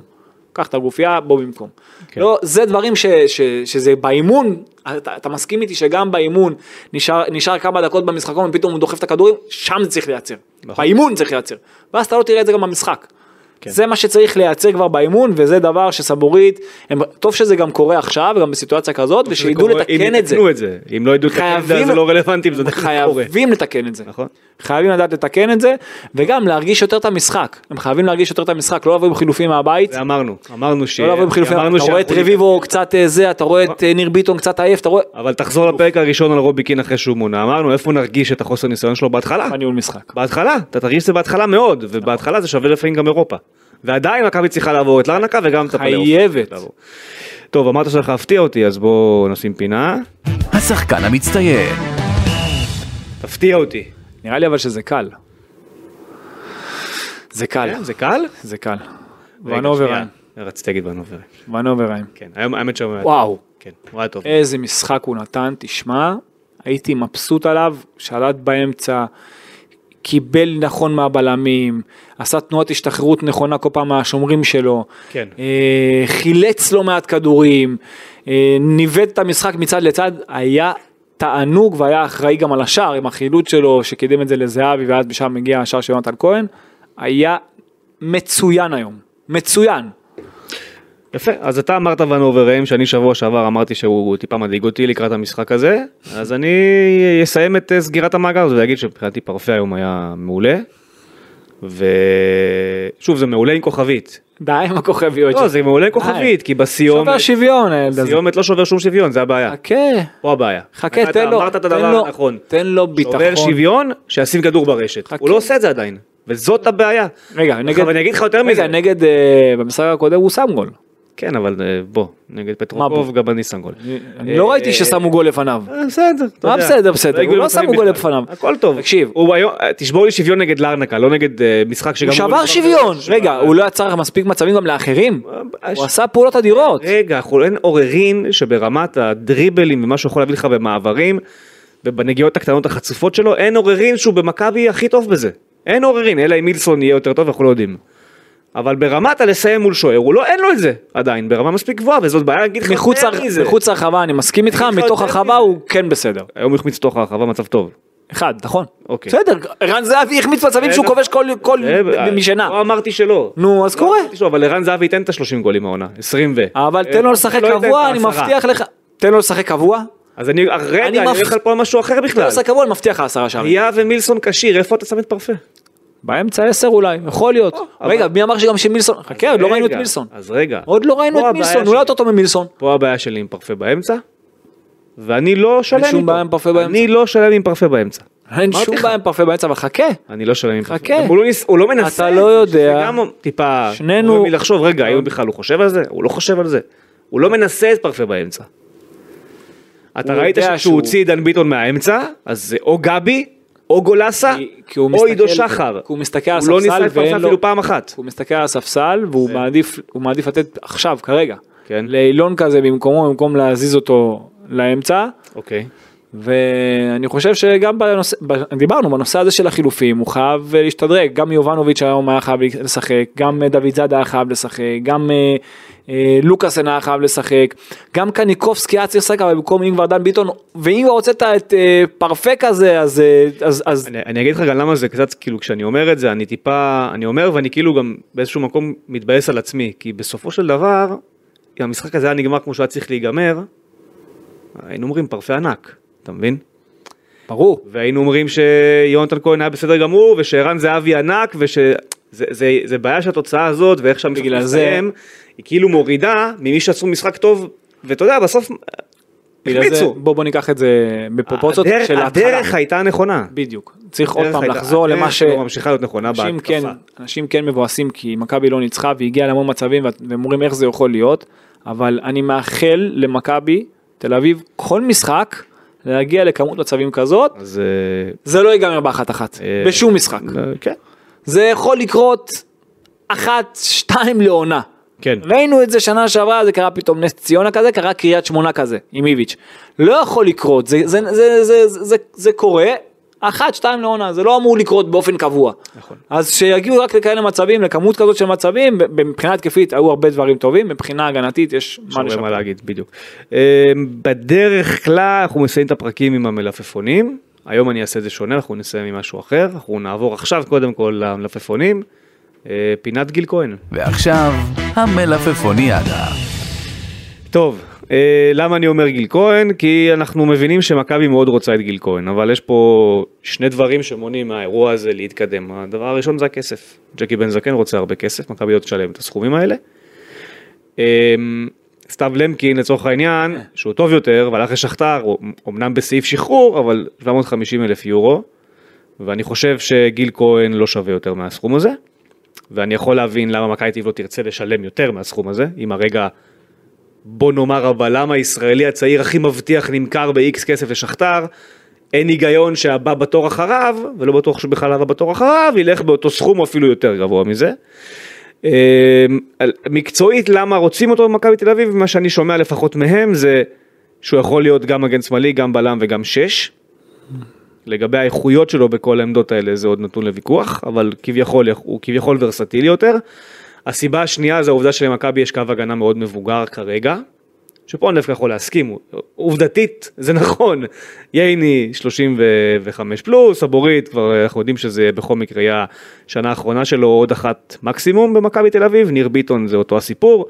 Speaker 3: קח את הגופייה, בוא במקום. כן. לא, זה דברים ש, ש, שזה באימון, אתה, אתה מסכים איתי שגם באימון נשאר, נשאר כמה דקות במשחקון ופתאום הוא דוחף את הכדורים, שם זה צריך לייצר. באימון צריך לייצר. ואז אתה לא תראה את זה גם במשחק. נכון. כן. זה מה שצריך לייצר כבר באימון, וזה דבר שסבורית, הם, טוב שזה גם קורה עכשיו, גם בסיטואציה כזאת, ושידעו
Speaker 2: קורה,
Speaker 3: לתקן
Speaker 2: אם
Speaker 3: את זה.
Speaker 2: יתקנו את זה. אם לא ידעו לתקן את זה, אז
Speaker 3: חייבים-
Speaker 2: זה לא רלוונטי, אם זה עדיין קורה.
Speaker 3: חייבים לתקן את זה.
Speaker 2: נכון.
Speaker 3: חייבים לדעת לתקן את זה, וגם להרגיש יותר את המשחק. הם חייבים להרגיש יותר את המשחק, לא לבוא עם חילופים מהבית.
Speaker 2: זה אמרנו, אמרנו ש...
Speaker 3: לא לבוא עם חילופים,
Speaker 2: אמרנו
Speaker 3: אתה רואה את
Speaker 2: שאנחנו- נכון.
Speaker 3: רביבו קצת אה, זה, אתה רואה את אה, ניר ביטון קצת עייף, אתה רואה...
Speaker 2: אבל תחזור לפרק הראשון על רובי קין אחרי שהוא מונה, אמרנו איפה נרגיש את החוסר ניסיון שלו בהתחלה?
Speaker 3: בניהול משחק.
Speaker 2: בהתחלה, אתה תרגיש את זה בהתחלה מאוד, ובהתחלה זה שווה לפעמים גם אירופה. ועדיין מכבי צריכה לעבור את לרנקה וגם את הפלייאוף.
Speaker 3: חייבת.
Speaker 2: לעבור. טוב, אמרת שאתה להפתיע אותי, אז בואו נשים פינה.
Speaker 1: השחקן המצטיין.
Speaker 2: תפתיע אותי.
Speaker 3: נראה לי אבל שזה קל. זה קל,
Speaker 2: כן, זה קל?
Speaker 3: זה קל.
Speaker 2: רגע,
Speaker 3: ונובריים,
Speaker 2: שנייה. אה, רציתי להגיד ונובריים.
Speaker 3: ונובריים.
Speaker 2: כן, היום האמת שהוא...
Speaker 3: וואו,
Speaker 2: כן, הוא היה טוב.
Speaker 3: איזה משחק הוא נתן, תשמע, הייתי מבסוט עליו, שלט באמצע, קיבל נכון מהבלמים, עשה תנועת השתחררות נכונה כל פעם מהשומרים שלו,
Speaker 2: כן.
Speaker 3: אה, חילץ לא מעט כדורים, אה, ניווט את המשחק מצד לצד, היה תענוג והיה אחראי גם על השער עם החילוץ שלו, שקידם את זה לזהבי ואז משם הגיע השער של יונתן כהן, היה מצוין היום, מצוין.
Speaker 2: יפה, אז אתה אמרת ונובריים, שאני שבוע שעבר אמרתי שהוא טיפה מדאיג אותי לקראת המשחק הזה, אז אני אסיים את אה, סגירת המעגל הזה ולהגיד שמבחינתי פרפה היום היה מעולה. ושוב זה מעולה עם כוכבית,
Speaker 3: די עם הכוכביות.
Speaker 2: לא, זה מעולה כוכבית, כי בסיומת,
Speaker 3: אה, שובר שוויון אה, הילד הזה.
Speaker 2: סיומת לא שובר שום שוויון, זה הבעיה.
Speaker 3: חכה,
Speaker 2: פה הבעיה.
Speaker 3: חכה,
Speaker 2: אתה
Speaker 3: תן לו,
Speaker 2: אמרת את
Speaker 3: תן
Speaker 2: הדבר
Speaker 3: לו,
Speaker 2: הנכון.
Speaker 3: תן לו
Speaker 2: שובר
Speaker 3: ביטחון.
Speaker 2: שוויון, שישים כדור ברשת.
Speaker 3: חכה.
Speaker 2: הוא לא עושה את זה עדיין, וזאת הבעיה.
Speaker 3: רגע, נגד,
Speaker 2: אבל אני אגיד לך יותר
Speaker 3: רגע,
Speaker 2: מזה.
Speaker 3: נגד, אה, במשחק הקודם הוא שם גול.
Speaker 2: כן, אבל אה, בוא, נגד
Speaker 3: מה בוא?
Speaker 2: פטרופוב, גם אני שם גול.
Speaker 3: אני לא ראיתי ששמו גול לפניו.
Speaker 2: אה, בסדר, אתה
Speaker 3: מה
Speaker 2: יודע.
Speaker 3: בסדר, בסדר,
Speaker 2: הגיעו
Speaker 3: הוא לא
Speaker 2: למצבים
Speaker 3: שם
Speaker 2: בכלל.
Speaker 3: גול לפניו.
Speaker 2: הכל טוב.
Speaker 3: תקשיב.
Speaker 2: הוא היום, אה, תשבור לי שוויון נגד לארנקה, לא נגד אה, משחק שגם...
Speaker 3: הוא שבר שוויון. רגע, הוא לא יצר מספיק מצבים גם לאחרים?
Speaker 2: אה,
Speaker 3: הוא עשה פעולות אדירות.
Speaker 2: רגע, אנחנו לא- אין עוררין שברמת הדריבלים ומה שהוא יכול להביא לך במעברים ובנגיעות הקטנות החצופות שלו, אין עוררין שהוא במכבי הכי טוב בזה. אין עוררין, אלא אם מילסון יהיה יותר טוב, אנחנו לא יודעים. אבל ברמת הלסיים מול שוער, הוא לא, אין לו את זה עדיין, ברמה מספיק גבוהה, וזאת בעיה, אני אגיד לך,
Speaker 3: מחוץ
Speaker 2: יותר
Speaker 3: הר-
Speaker 2: מזה.
Speaker 3: מחוץ לרחבה אני מסכים איתך,
Speaker 2: אני
Speaker 3: מתוך
Speaker 2: יותר
Speaker 3: הרחבה
Speaker 2: מזה.
Speaker 3: הוא כן בסדר.
Speaker 2: היום הוא החמיץ לתוך הרחבה, מצב טוב.
Speaker 3: אחד, נכון.
Speaker 2: אוקיי.
Speaker 3: בסדר, ערן זהבי החמיץ מצבים שהוא
Speaker 2: בסדר.
Speaker 3: כובש כל- כל
Speaker 2: אה,
Speaker 3: משנה.
Speaker 2: לא אמרתי שלא.
Speaker 3: נו, אז
Speaker 2: לא
Speaker 3: קורה.
Speaker 2: אמרתי שלא, אבל ערן זהבי ייתן את ה-30 גולים העונה, 20 ו...
Speaker 3: אבל
Speaker 2: אה,
Speaker 3: תן לו לשחק
Speaker 2: לא ייתן את
Speaker 3: קבוע, אני
Speaker 2: העשרה.
Speaker 3: מבטיח לך. תן לו לשחק קבוע?
Speaker 2: אז אני, רגע, אני
Speaker 3: אני מבח-
Speaker 2: הולך על פה על משהו אחר
Speaker 3: תן לו
Speaker 2: בכלל.
Speaker 3: לשחק קבוע, אני מבטיח לך עשרה שערים.
Speaker 2: היה ומילסון כשיר, איפה אתה שם את פרפה?
Speaker 3: באמצע 10 אולי, יכול להיות. רגע, מי אמר שגם שמילסון? חכה, עוד לא ראינו את
Speaker 2: רגע,
Speaker 3: מילסון.
Speaker 2: אז רגע.
Speaker 3: עוד לא
Speaker 2: פה
Speaker 3: ראינו את
Speaker 2: הבעיה
Speaker 3: מילסון, הוא לא
Speaker 2: שלי.
Speaker 3: יותר טוב ממילסון.
Speaker 2: פה הבעיה שלי עם פרפה באמצע, ואני לא שלם איתו.
Speaker 3: שום בעיה עם פרפה באמצע.
Speaker 2: אני לא שלם עם פרפה באמצע.
Speaker 3: אין שום
Speaker 2: לך.
Speaker 3: בעיה עם פרפה באמצע, אבל חכה.
Speaker 2: אני לא שלם עם פרפה.
Speaker 3: חכה.
Speaker 2: גם הוא לא ניס- הוא לא מנסה.
Speaker 3: אתה
Speaker 2: את
Speaker 3: לא
Speaker 2: זה,
Speaker 3: יודע.
Speaker 2: שזה גם טיפה...
Speaker 3: שנינו-
Speaker 2: גורם לי לחשוב, רגע, האם בכלל הוא חושב על זה? הוא לא חושב על זה. הוא לא מנסה את פרפה באמצע. אתה
Speaker 3: הוא
Speaker 2: ראית
Speaker 3: יודע
Speaker 2: שכשהוא
Speaker 3: שהוא-
Speaker 2: הוציא את דן ביטון מהאמצע, אז זה או גבי, או גולסה,
Speaker 3: כי- כי הוא
Speaker 2: או עידו
Speaker 3: מסתכל-
Speaker 2: שחר.
Speaker 3: כי הוא מסתכל על
Speaker 2: הוא לא ניסה
Speaker 3: הספסל
Speaker 2: את פרפה
Speaker 3: ואין לו-
Speaker 2: אפילו פעם אחת.
Speaker 3: הוא מסתכל על הספסל והוא מעדיף- הוא מעדיף לתת עכשיו, כרגע.
Speaker 2: כן.
Speaker 3: לאילון כזה במקומו, במקום להזיז אותו לאמצע.
Speaker 2: אוקיי.
Speaker 3: ואני חושב שגם בנושא, ב- דיברנו בנושא הזה של החילופים, הוא חייב אה, להשתדרג, גם יובנוביץ' היום היה חייב לשחק, גם אה, דוד זאדה היה חייב לשחק, גם אה, אה, לוקאסן היה חייב לשחק, גם קניקובסקי היה צריך לשחק, אבל במקום אם כבר דן ביטון, ואם כבר הוצאת את אה, פרפה כזה, אז, אה, אז, אז
Speaker 2: אני, אני אגיד לך גם למה זה קצת כאילו כשאני אומר את זה אני טיפה אני אומר ואני כאילו גם באיזשהו מקום מתבאס על עצמי כי בסופו של דבר אם המשחק הזה היה נגמר כמו שהיה צריך להיגמר היינו אומרים פרפה ענק אתה מבין
Speaker 3: ברור,
Speaker 2: והיינו אומרים שיונתן כהן היה בסדר גמור ושערן זהבי ענק וש... זה, זה, זה בעיה שהתוצאה הזאת ואיך שהמשחק
Speaker 3: בגלל זה-
Speaker 2: מסתיים היא כאילו מורידה ממי שעשו משחק טוב ואתה יודע בסוף
Speaker 3: בגלל זה,
Speaker 2: החמיצו.
Speaker 3: בוא, בוא ניקח את זה בפרופורציות
Speaker 2: הדרך-
Speaker 3: של ההתחלה,
Speaker 2: הדרך הייתה נכונה.
Speaker 3: בדיוק, צריך עוד
Speaker 2: הדרך
Speaker 3: פעם
Speaker 2: הייתה-
Speaker 3: לחזור
Speaker 2: הדרך
Speaker 3: למה ש...
Speaker 2: לא ממשיכה להיות נכונה
Speaker 3: אנשים
Speaker 2: בהתקפה.
Speaker 3: כן, אנשים כן מבואסים כי מכבי לא ניצחה והגיעה להמון מצבים ואת- והם אומרים איך זה יכול להיות, אבל אני מאחל למכבי תל אביב כל משחק להגיע לכמות מצבים כזאת,
Speaker 2: אז אה,
Speaker 3: זה לא ייגמר באחת אחת,
Speaker 2: אה,
Speaker 3: בשום משחק.
Speaker 2: אה, כן.
Speaker 3: זה יכול לקרות אחת, שתיים לעונה.
Speaker 2: כן.
Speaker 3: ראינו את זה שנה שעברה, זה קרה פתאום נס ציונה כזה, קרה קריית שמונה כזה, עם איביץ'. לא יכול לקרות, זה, זה, זה, זה, זה, זה, זה קורה, אחת, שתיים לעונה, זה לא אמור לקרות באופן קבוע. נכון. אז שיגיעו רק לכאלה מצבים, לכמות כזאת של מצבים, ב- מבחינה התקפית היו הרבה דברים טובים, מבחינה הגנתית יש מה
Speaker 2: יש הרבה
Speaker 3: לשפר.
Speaker 2: מה להגיד, בדיוק. אה, בדרך כלל אנחנו מסיימים את הפרקים עם המלפפונים, היום אני אעשה את זה שונה, אנחנו נסיים עם משהו אחר, אנחנו נעבור עכשיו קודם כל למלפפונים, אה, פינת גיל כהן.
Speaker 1: ועכשיו, המלפפוניאדה.
Speaker 2: טוב, אה, למה אני אומר גיל כהן? כי אנחנו מבינים שמכבי מאוד רוצה את גיל כהן, אבל יש פה שני דברים שמונעים מהאירוע הזה להתקדם. הדבר הראשון זה הכסף. ג'קי בן זקן רוצה הרבה כסף, מכבי לא תשלם את הסכומים האלה. אה, סתיו למקין לצורך העניין, שהוא טוב יותר, והלך לשכתר, הוא אמנם בסעיף שחרור, אבל 750 אלף יורו, ואני חושב שגיל כהן לא שווה יותר מהסכום הזה. ואני יכול להבין למה מכבי תל אביב לא תרצה לשלם יותר מהסכום הזה, אם הרגע בוא נאמר הבלם הישראלי הצעיר הכי מבטיח נמכר ב-X כסף לשכתר, אין היגיון שהבא בתור אחריו, ולא בטוח שבכלל הבא בתור אחריו, ילך באותו סכום או אפילו יותר גבוה מזה. אמ, על- מקצועית למה רוצים אותו במכבי תל אביב, מה שאני שומע לפחות מהם זה שהוא יכול להיות גם מגן שמאלי, גם בלם וגם שש. לגבי האיכויות שלו בכל העמדות האלה זה עוד נתון לוויכוח, אבל כביכול הוא כביכול ורסטילי יותר. הסיבה השנייה זה העובדה שלמכבי יש קו הגנה מאוד מבוגר כרגע, שפה אני דווקא יכול להסכים, עובדתית זה נכון, ייני 35 פלוס, הבורית כבר אנחנו יודעים שזה בכל מקרה יהיה השנה האחרונה שלו עוד אחת מקסימום במכבי תל אביב, ניר ביטון זה אותו הסיפור,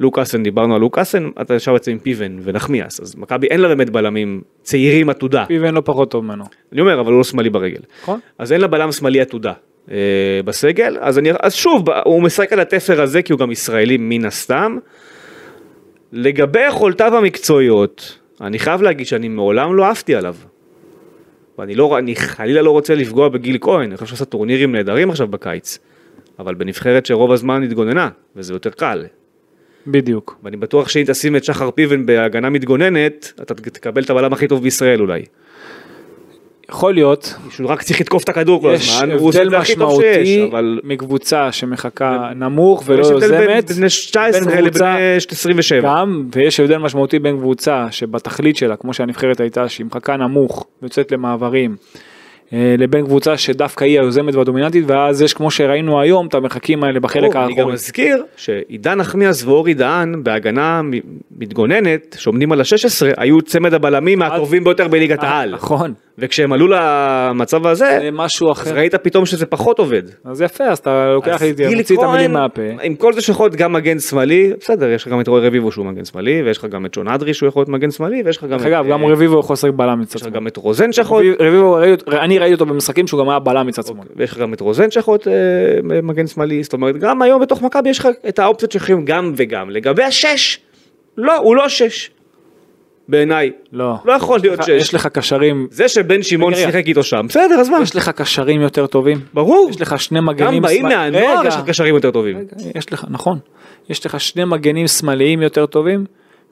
Speaker 2: לוקאסן דיברנו על לוקאסן, אתה ישר בעצם עם פיבן ונחמיאס, אז מכבי אין לה באמת בלמים צעירים עתודה,
Speaker 3: פיבן לא פחות טוב ממנו.
Speaker 2: אני אומר, אבל הוא לא שמאלי ברגל.
Speaker 3: נכון.
Speaker 2: אז אין לה בלם שמאלי עתודה אה, בסגל, אז, אני, אז שוב, ב- הוא משחק על התפר הזה כי הוא גם ישראלי מן הסתם. לגבי יכולותיו המקצועיות, אני חייב להגיד שאני מעולם לא עפתי עליו. ואני לא, אני חלילה לא רוצה לפגוע בגיל כהן, אני חושב שעשה טורנירים נהדרים עכשיו בקיץ, אבל בנבחרת שרוב הזמן התגוננה, וזה יותר קל.
Speaker 3: בדיוק.
Speaker 2: ואני בטוח שאם תשים את שחר פיבן בהגנה מתגוננת, אתה תקבל את הבלם הכי טוב בישראל אולי.
Speaker 3: יכול להיות,
Speaker 2: שהוא רק צריך לתקוף את הכדור כל
Speaker 3: יש
Speaker 2: הזמן, הוא עושה את
Speaker 3: הבדל
Speaker 2: זה הכי טוב שיש,
Speaker 3: משמעותי
Speaker 2: אבל...
Speaker 3: מקבוצה שמחכה נמוך ולא
Speaker 2: יש הבדל בין-
Speaker 3: יוזמת,
Speaker 2: בין בני 19
Speaker 3: קבוצה-
Speaker 2: לבני 27.
Speaker 3: גם, ויש הבדל משמעותי בין קבוצה שבתכלית שלה, כמו שהנבחרת הייתה, שהיא מחכה נמוך ויוצאת למעברים, אה, לבין קבוצה שדווקא היא היוזמת והדומיננטית, ואז יש, כמו שראינו היום, את המרחקים האלה בחלק
Speaker 2: אני גם
Speaker 3: האחורי.
Speaker 2: מזכיר שעידן נחמיאס ואורי דהן בהגנה מ- מתגוננת, שעומדים על ה-16, היו צמד הבלמים מהטובים ביותר בליגת העל.
Speaker 3: נכון,
Speaker 2: וכשהם עלו למצב הזה,
Speaker 3: זה משהו
Speaker 2: אז
Speaker 3: אחר.
Speaker 2: ראית פתאום שזה פחות עובד.
Speaker 3: אז יפה, אז אתה לוקח
Speaker 2: אז
Speaker 3: לי,
Speaker 2: גיל
Speaker 3: מוציא את המילים
Speaker 2: כהן, אה,
Speaker 3: מהפה.
Speaker 2: עם כל זה שיכול להיות גם מגן שמאלי, בסדר, יש לך גם את רוי רביבו שהוא מגן שמאלי, ויש לך גם את שון אדרי שהוא יכול להיות מגן שמאלי, ויש לך גם
Speaker 3: דרך
Speaker 2: את,
Speaker 3: אגב,
Speaker 2: אה,
Speaker 3: גם רביבו יכול לשחק בלם מצד
Speaker 2: יש לך
Speaker 3: שמאל.
Speaker 2: גם את רוזן שיכול
Speaker 3: רביבו- רביבו, ראיתי- אני ראיתי אותו במשחקים שהוא גם היה בלם מצד שמאל.
Speaker 2: ויש לך גם את רוזן שיכול להיות אה, מגן שמאלי, זאת אומרת, גם היום בתוך מכבי יש לך את האופציות שיכולים גם וגם. לגבי השש, לא, הוא לא שש. בעיניי.
Speaker 3: לא.
Speaker 2: לא יכול להיות שש.
Speaker 3: יש לך קשרים,
Speaker 2: זה שבן שמעון
Speaker 3: רגע, רגע.
Speaker 2: שיחק איתו שם, בסדר, אז מה?
Speaker 3: יש לך קשרים יותר טובים.
Speaker 2: ברור.
Speaker 3: יש לך שני מגנים...
Speaker 2: גם באים
Speaker 3: שמאל-
Speaker 2: מהנוער
Speaker 3: רגע.
Speaker 2: יש לך קשרים יותר טובים.
Speaker 3: יש לך, נכון, יש לך שני מגנים שמאליים יותר טובים,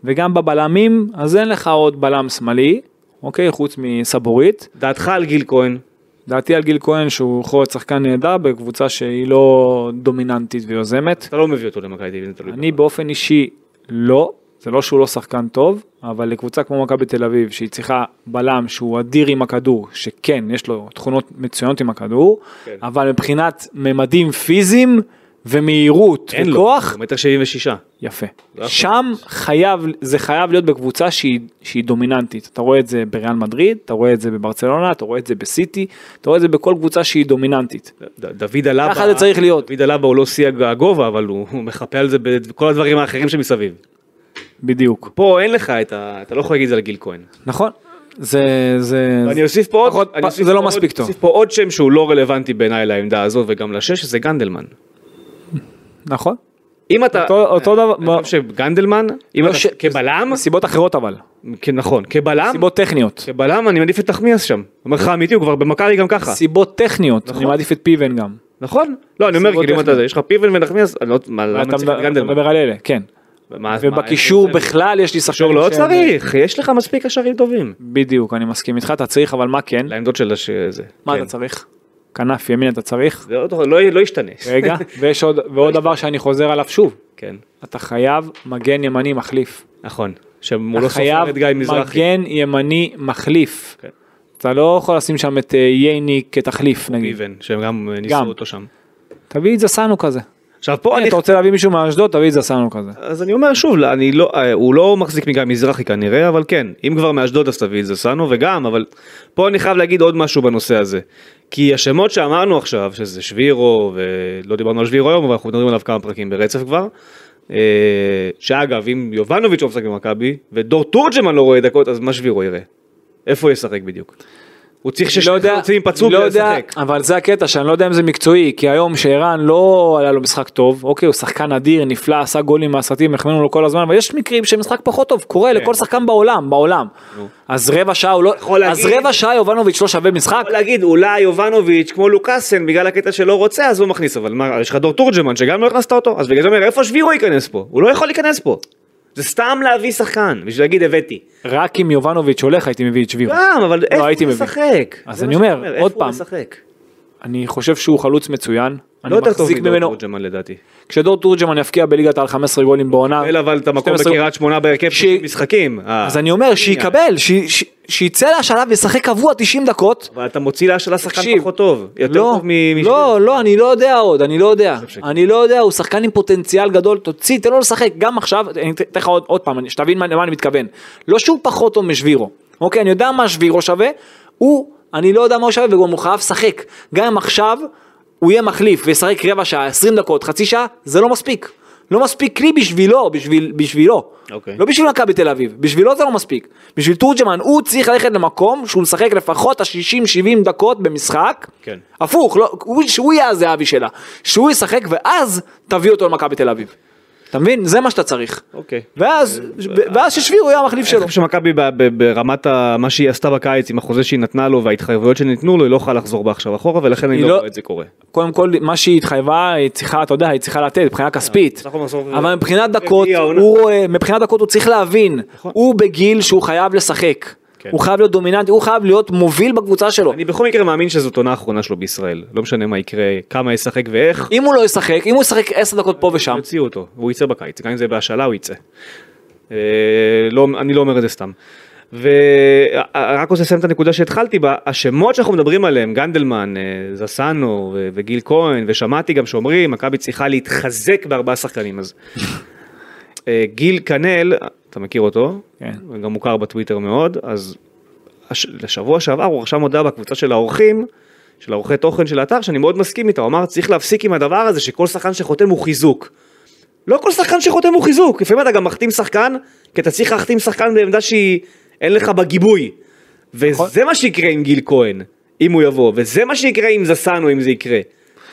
Speaker 3: וגם בבלמים, אז אין לך עוד בלם שמאלי, אוקיי, חוץ מסבורית.
Speaker 2: דעתך על גיל כהן.
Speaker 3: דעתי על גיל כהן שהוא יכול להיות שחקן נהדר בקבוצה שהיא לא דומיננטית ויוזמת.
Speaker 2: אתה לא מביא אותו למכבי תל אביב, זה תלוי.
Speaker 3: אני באופן אישי לא, זה לא שהוא לא שחקן טוב, אבל לקבוצה כמו מכבי תל אביב, שהיא צריכה בלם שהוא אדיר עם הכדור, שכן, יש לו תכונות מצוינות עם הכדור,
Speaker 2: כן.
Speaker 3: אבל מבחינת ממדים פיזיים ומהירות
Speaker 2: אין לו,
Speaker 3: וכוח,
Speaker 2: הוא מטר שבעים ושישה.
Speaker 3: יפה.
Speaker 2: לא יכול
Speaker 3: שם חייב, זה חייב להיות בקבוצה שהיא, שהיא דומיננטית. אתה רואה את זה בריאל מדריד, אתה רואה את זה בברצלונה, אתה רואה את זה בסיטי, אתה רואה את זה בכל קבוצה שהיא דומיננטית.
Speaker 2: ד- דוד אלבה,
Speaker 3: ככה זה צריך להיות.
Speaker 2: דוד אלבה הוא לא שיא הגובה, אבל הוא הוא מחפה על זה בכל הדברים האחרים שמסביב.
Speaker 3: בדיוק.
Speaker 2: פה אין לך את ה... אתה לא יכול להגיד את זה על גיל כהן.
Speaker 3: נכון? זה, זה,
Speaker 2: ואני אוסיף פה עוד,
Speaker 3: פחות-
Speaker 2: אני
Speaker 3: פ-
Speaker 2: אוסיף
Speaker 3: זה
Speaker 2: פה
Speaker 3: לא
Speaker 2: עוד-
Speaker 3: מספיק טוב.
Speaker 2: אוסיף פה עוד שם שהוא לא רלוונטי בעיניי לעמדה הזו וגם לשש, זה גנדלמן.
Speaker 3: נכון?
Speaker 2: אם אתה,
Speaker 3: אותו, אותו דבר,
Speaker 2: אני חושב שגנדלמן, אם
Speaker 3: לא
Speaker 2: אתה,
Speaker 3: ש-
Speaker 2: כבלם,
Speaker 3: סיבות אחרות אבל,
Speaker 2: כן נכון, כבלם,
Speaker 3: סיבות טכניות.
Speaker 2: כבלם אני מעדיף את נחמיאס שם. אומר לך אמיתי, הוא כבר במכבי גם ככה,
Speaker 3: סיבות טכניות, אני מעדיף את פיבן גם.
Speaker 2: נכון? לא, אני אומר,
Speaker 3: סיבות
Speaker 2: כאילו אם אתה,
Speaker 3: טכניות.
Speaker 2: יש לך פיבל ונחמיאס, אני לא, מה,
Speaker 3: אתה
Speaker 2: למה צריך את
Speaker 3: מד- אתה
Speaker 2: גנדלמן?
Speaker 3: מדבר על אלה, כן.
Speaker 2: מה- מה-
Speaker 3: ובקישור
Speaker 2: מה-
Speaker 3: בכלל יש לי שחקנים
Speaker 2: קישור לא
Speaker 3: שהם-
Speaker 2: צריך, יש לך מספיק קשרים טובים.
Speaker 3: בדיוק, אני מסכים איתך, אתה צריך, אבל מה כן?
Speaker 2: לעמדות של הש- זה.
Speaker 3: מה
Speaker 2: כן.
Speaker 3: אתה צריך? כנף ימין אתה צריך?
Speaker 2: זה לא- לא לא ישתנה.
Speaker 3: רגע, ויש עוד, ועוד דבר שאני חוזר עליו שוב,
Speaker 2: כן,
Speaker 3: אתה חייב מגן ימני מחליף.
Speaker 2: נכון. שהוא
Speaker 3: אתה
Speaker 2: לא סופר
Speaker 3: חייב
Speaker 2: את גיא מזרחי.
Speaker 3: מגן ימני מחליף.
Speaker 2: כן.
Speaker 3: אתה לא יכול לשים שם
Speaker 2: אוקיי,
Speaker 3: את אה, ייני כתחליף נגיד.
Speaker 2: איבן, שהם גם אה,
Speaker 3: גם.
Speaker 2: ניסו אותו שם.
Speaker 3: תביא את זסנו כזה.
Speaker 2: עכשיו פה
Speaker 3: הנה,
Speaker 2: אני...
Speaker 3: אתה רוצה להביא מישהו מאשדוד, תביא את זסנו כזה.
Speaker 2: אז אני אומר שוב, לא, אני לא, אה, הוא לא מחזיק מגיא מזרחי כנראה, אבל כן, אם כבר מאשדוד אז תביא את זה סנו, וגם, אבל פה אני חייב להגיד עוד משהו בנושא הזה. כי השמות שאמרנו עכשיו, שזה שבירו, ולא דיברנו על שבירו היום, אבל אנחנו מדברים עליו כמה פרקים ברצף כבר, אה, שאגב, אם יובנוביץ' לא משחק במכבי, ודור תורג'מן לא רואה דקות, אז מה שבירו יראה? איפה הוא ישחק בדיוק? הוא צריך
Speaker 3: לא יודע-
Speaker 2: שחצים פצעו
Speaker 3: לא
Speaker 2: כדי
Speaker 3: יודע,
Speaker 2: לשחק.
Speaker 3: אבל זה הקטע, שאני לא יודע אם זה מקצועי, כי היום שערן לא היה לו משחק טוב, אוקיי, הוא שחקן אדיר, נפלא, עשה גולים מהסרטים, החמאנו לו כל הזמן, אבל יש מקרים שמשחק פחות טוב, קורה
Speaker 2: כן.
Speaker 3: לכל שחקן בעולם, בעולם. אז רבע שעה הוא לא,
Speaker 2: יכול
Speaker 3: אז
Speaker 2: להגיד-
Speaker 3: רבע שעה יובנוביץ' לא שווה משחק?
Speaker 2: יכול להגיד אולי יובנוביץ' כמו לוקאסן בגלל הקטע שלא רוצה אז הוא מכניס אבל מה יש לך דור תורג'מן שגם לא הכנסת אותו אז בגלל זה אומר איפה שבירו ייכנס פה הוא לא יכול להיכנס פה זה סתם להביא שחקן בשביל להגיד הבאתי
Speaker 3: רק אם יובנוביץ' הולך הייתי מביא את שבירו.
Speaker 2: גם אבל איפה
Speaker 3: לא הייתי
Speaker 2: הוא
Speaker 3: מבין.
Speaker 2: משחק
Speaker 3: אז
Speaker 2: זה
Speaker 3: אני
Speaker 2: מה שאני
Speaker 3: אומר, עוד
Speaker 2: איפה הוא
Speaker 3: פעם,
Speaker 2: משחק?
Speaker 3: אני חושב שהוא חלוץ מצוין, אני
Speaker 2: לא יותר טוב
Speaker 3: מחזיק
Speaker 2: מדור
Speaker 3: ממנו,
Speaker 2: תורג'מן לדעתי
Speaker 3: כשדור תורג'מן יפקיע בליגת על 15 גולים בעונה,
Speaker 2: אין אבל את המקום
Speaker 3: 12
Speaker 2: בקריית שמונה בהרכב
Speaker 3: ש-
Speaker 2: של משחקים אה.
Speaker 3: אז אני אומר שיקבל, ש- ש- שיצא להשאלה וישחק קבוע 90 דקות,
Speaker 2: אבל אתה מוציא לה של השחקן
Speaker 3: תקשיב,
Speaker 2: פחות טוב יותר
Speaker 3: לא,
Speaker 2: טוב מ-
Speaker 3: לא, לא, אני לא יודע עוד, אני לא יודע,
Speaker 2: שכן.
Speaker 3: אני לא יודע, הוא שחקן עם פוטנציאל גדול, תוציא, תן לו לשחק, גם עכשיו, אני אתן לך עוד עוד פעם, אני- שתבין מה- למה אני מתכוון, לא שהוא פחות טוב משבירו, אוקיי, אני יודע מה שבירו שווה, הוא, אני לא יודע מה הוא שווה, וגם הוא חייב לשחק, גם אם עכשיו הוא יהיה מחליף וישחק רבע שעה, 20 דקות, חצי שעה, זה לא מספיק, לא מספיק לי בשבילו, בשביל, בשבילו.
Speaker 2: אוקיי.
Speaker 3: לא בשביל מכבי תל אביב, בשבילו זה לא מספיק. בשביל תורג'מן הוא צריך ללכת למקום שהוא משחק לפחות ה-60-70 דקות במשחק.
Speaker 2: כן.
Speaker 3: הפוך, לא, הוא, שהוא יהיה הזהבי שלה. שהוא ישחק ואז תביא אותו למכבי תל אביב. אתה מבין? זה מה שאתה צריך.
Speaker 2: אוקיי. אה,
Speaker 3: ואז, ואז ששבירו יהיה המחליף
Speaker 2: אני
Speaker 3: שלו.
Speaker 2: חושב שמכבי ב- ב- ברמת ה- מה שהיא עשתה בקיץ עם החוזה שהיא נתנה לו וההתחייבויות שניתנו לו היא לא יכולה לחזור בה עכשיו אחורה ולכן אני
Speaker 3: היא
Speaker 2: לא
Speaker 3: לא-
Speaker 2: רואה את זה קורה.
Speaker 3: קודם כל, מה שהיא התחייבה, היא צריכה, אתה יודע, היא צריכה לתת מבחינה כספית.
Speaker 2: בסך הכל בסוף-
Speaker 3: אבל מבחינת דקות,
Speaker 2: רביעי העונה.
Speaker 3: הוא רואה, מבחינת דקות הוא צריך להבין.
Speaker 2: אה, נכון.
Speaker 3: הוא בגיל שהוא חייב לשחק.
Speaker 2: כן.
Speaker 3: הוא חייב להיות דומיננטי, הוא חייב להיות מוביל בקבוצה שלו.
Speaker 2: אני בכל מקרה מאמין שזאת עונה האחרונה שלו בישראל, לא משנה מה יקרה, כמה ישחק ואיך,
Speaker 3: אם הוא לא ישחק, אם הוא ישחק 10 דקות פה ושם,
Speaker 2: יוציאו אותו, הוא יצא בקיץ, גם אם זה בהשאלה הוא יצא. אה, לא, אני לא אומר את זה סתם. ורק רוצה לסיים את הנקודה שהתחלתי בה, השמות שאנחנו מדברים עליהם, גנדלמן, אה, זסנו ו- וגיל כהן, ושמעתי גם שאומרים, מכבי צריכה להתחזק בארבעה שחקנים, אז אה, גיל קנאל, אתה מכיר אותו,
Speaker 3: כן.
Speaker 2: הוא גם מוכר בטוויטר מאוד, אז הש... לשבוע שעבר הוא רשם הודעה בקבוצה של האורחים, של העורכי תוכן של האתר, שאני מאוד מסכים איתה, הוא אמר צריך להפסיק עם הדבר הזה שכל שחקן שחותם הוא חיזוק. לא כל שחקן שחותם הוא חיזוק, לפעמים אתה גם מחתים שחקן, כי אתה צריך להחתים שחקן בעמדה שהיא, אין לך בה גיבוי.
Speaker 3: נכון.
Speaker 2: וזה מה שיקרה עם גיל כהן, אם הוא יבוא, וזה מה שיקרה עם זסנו אם זה יקרה.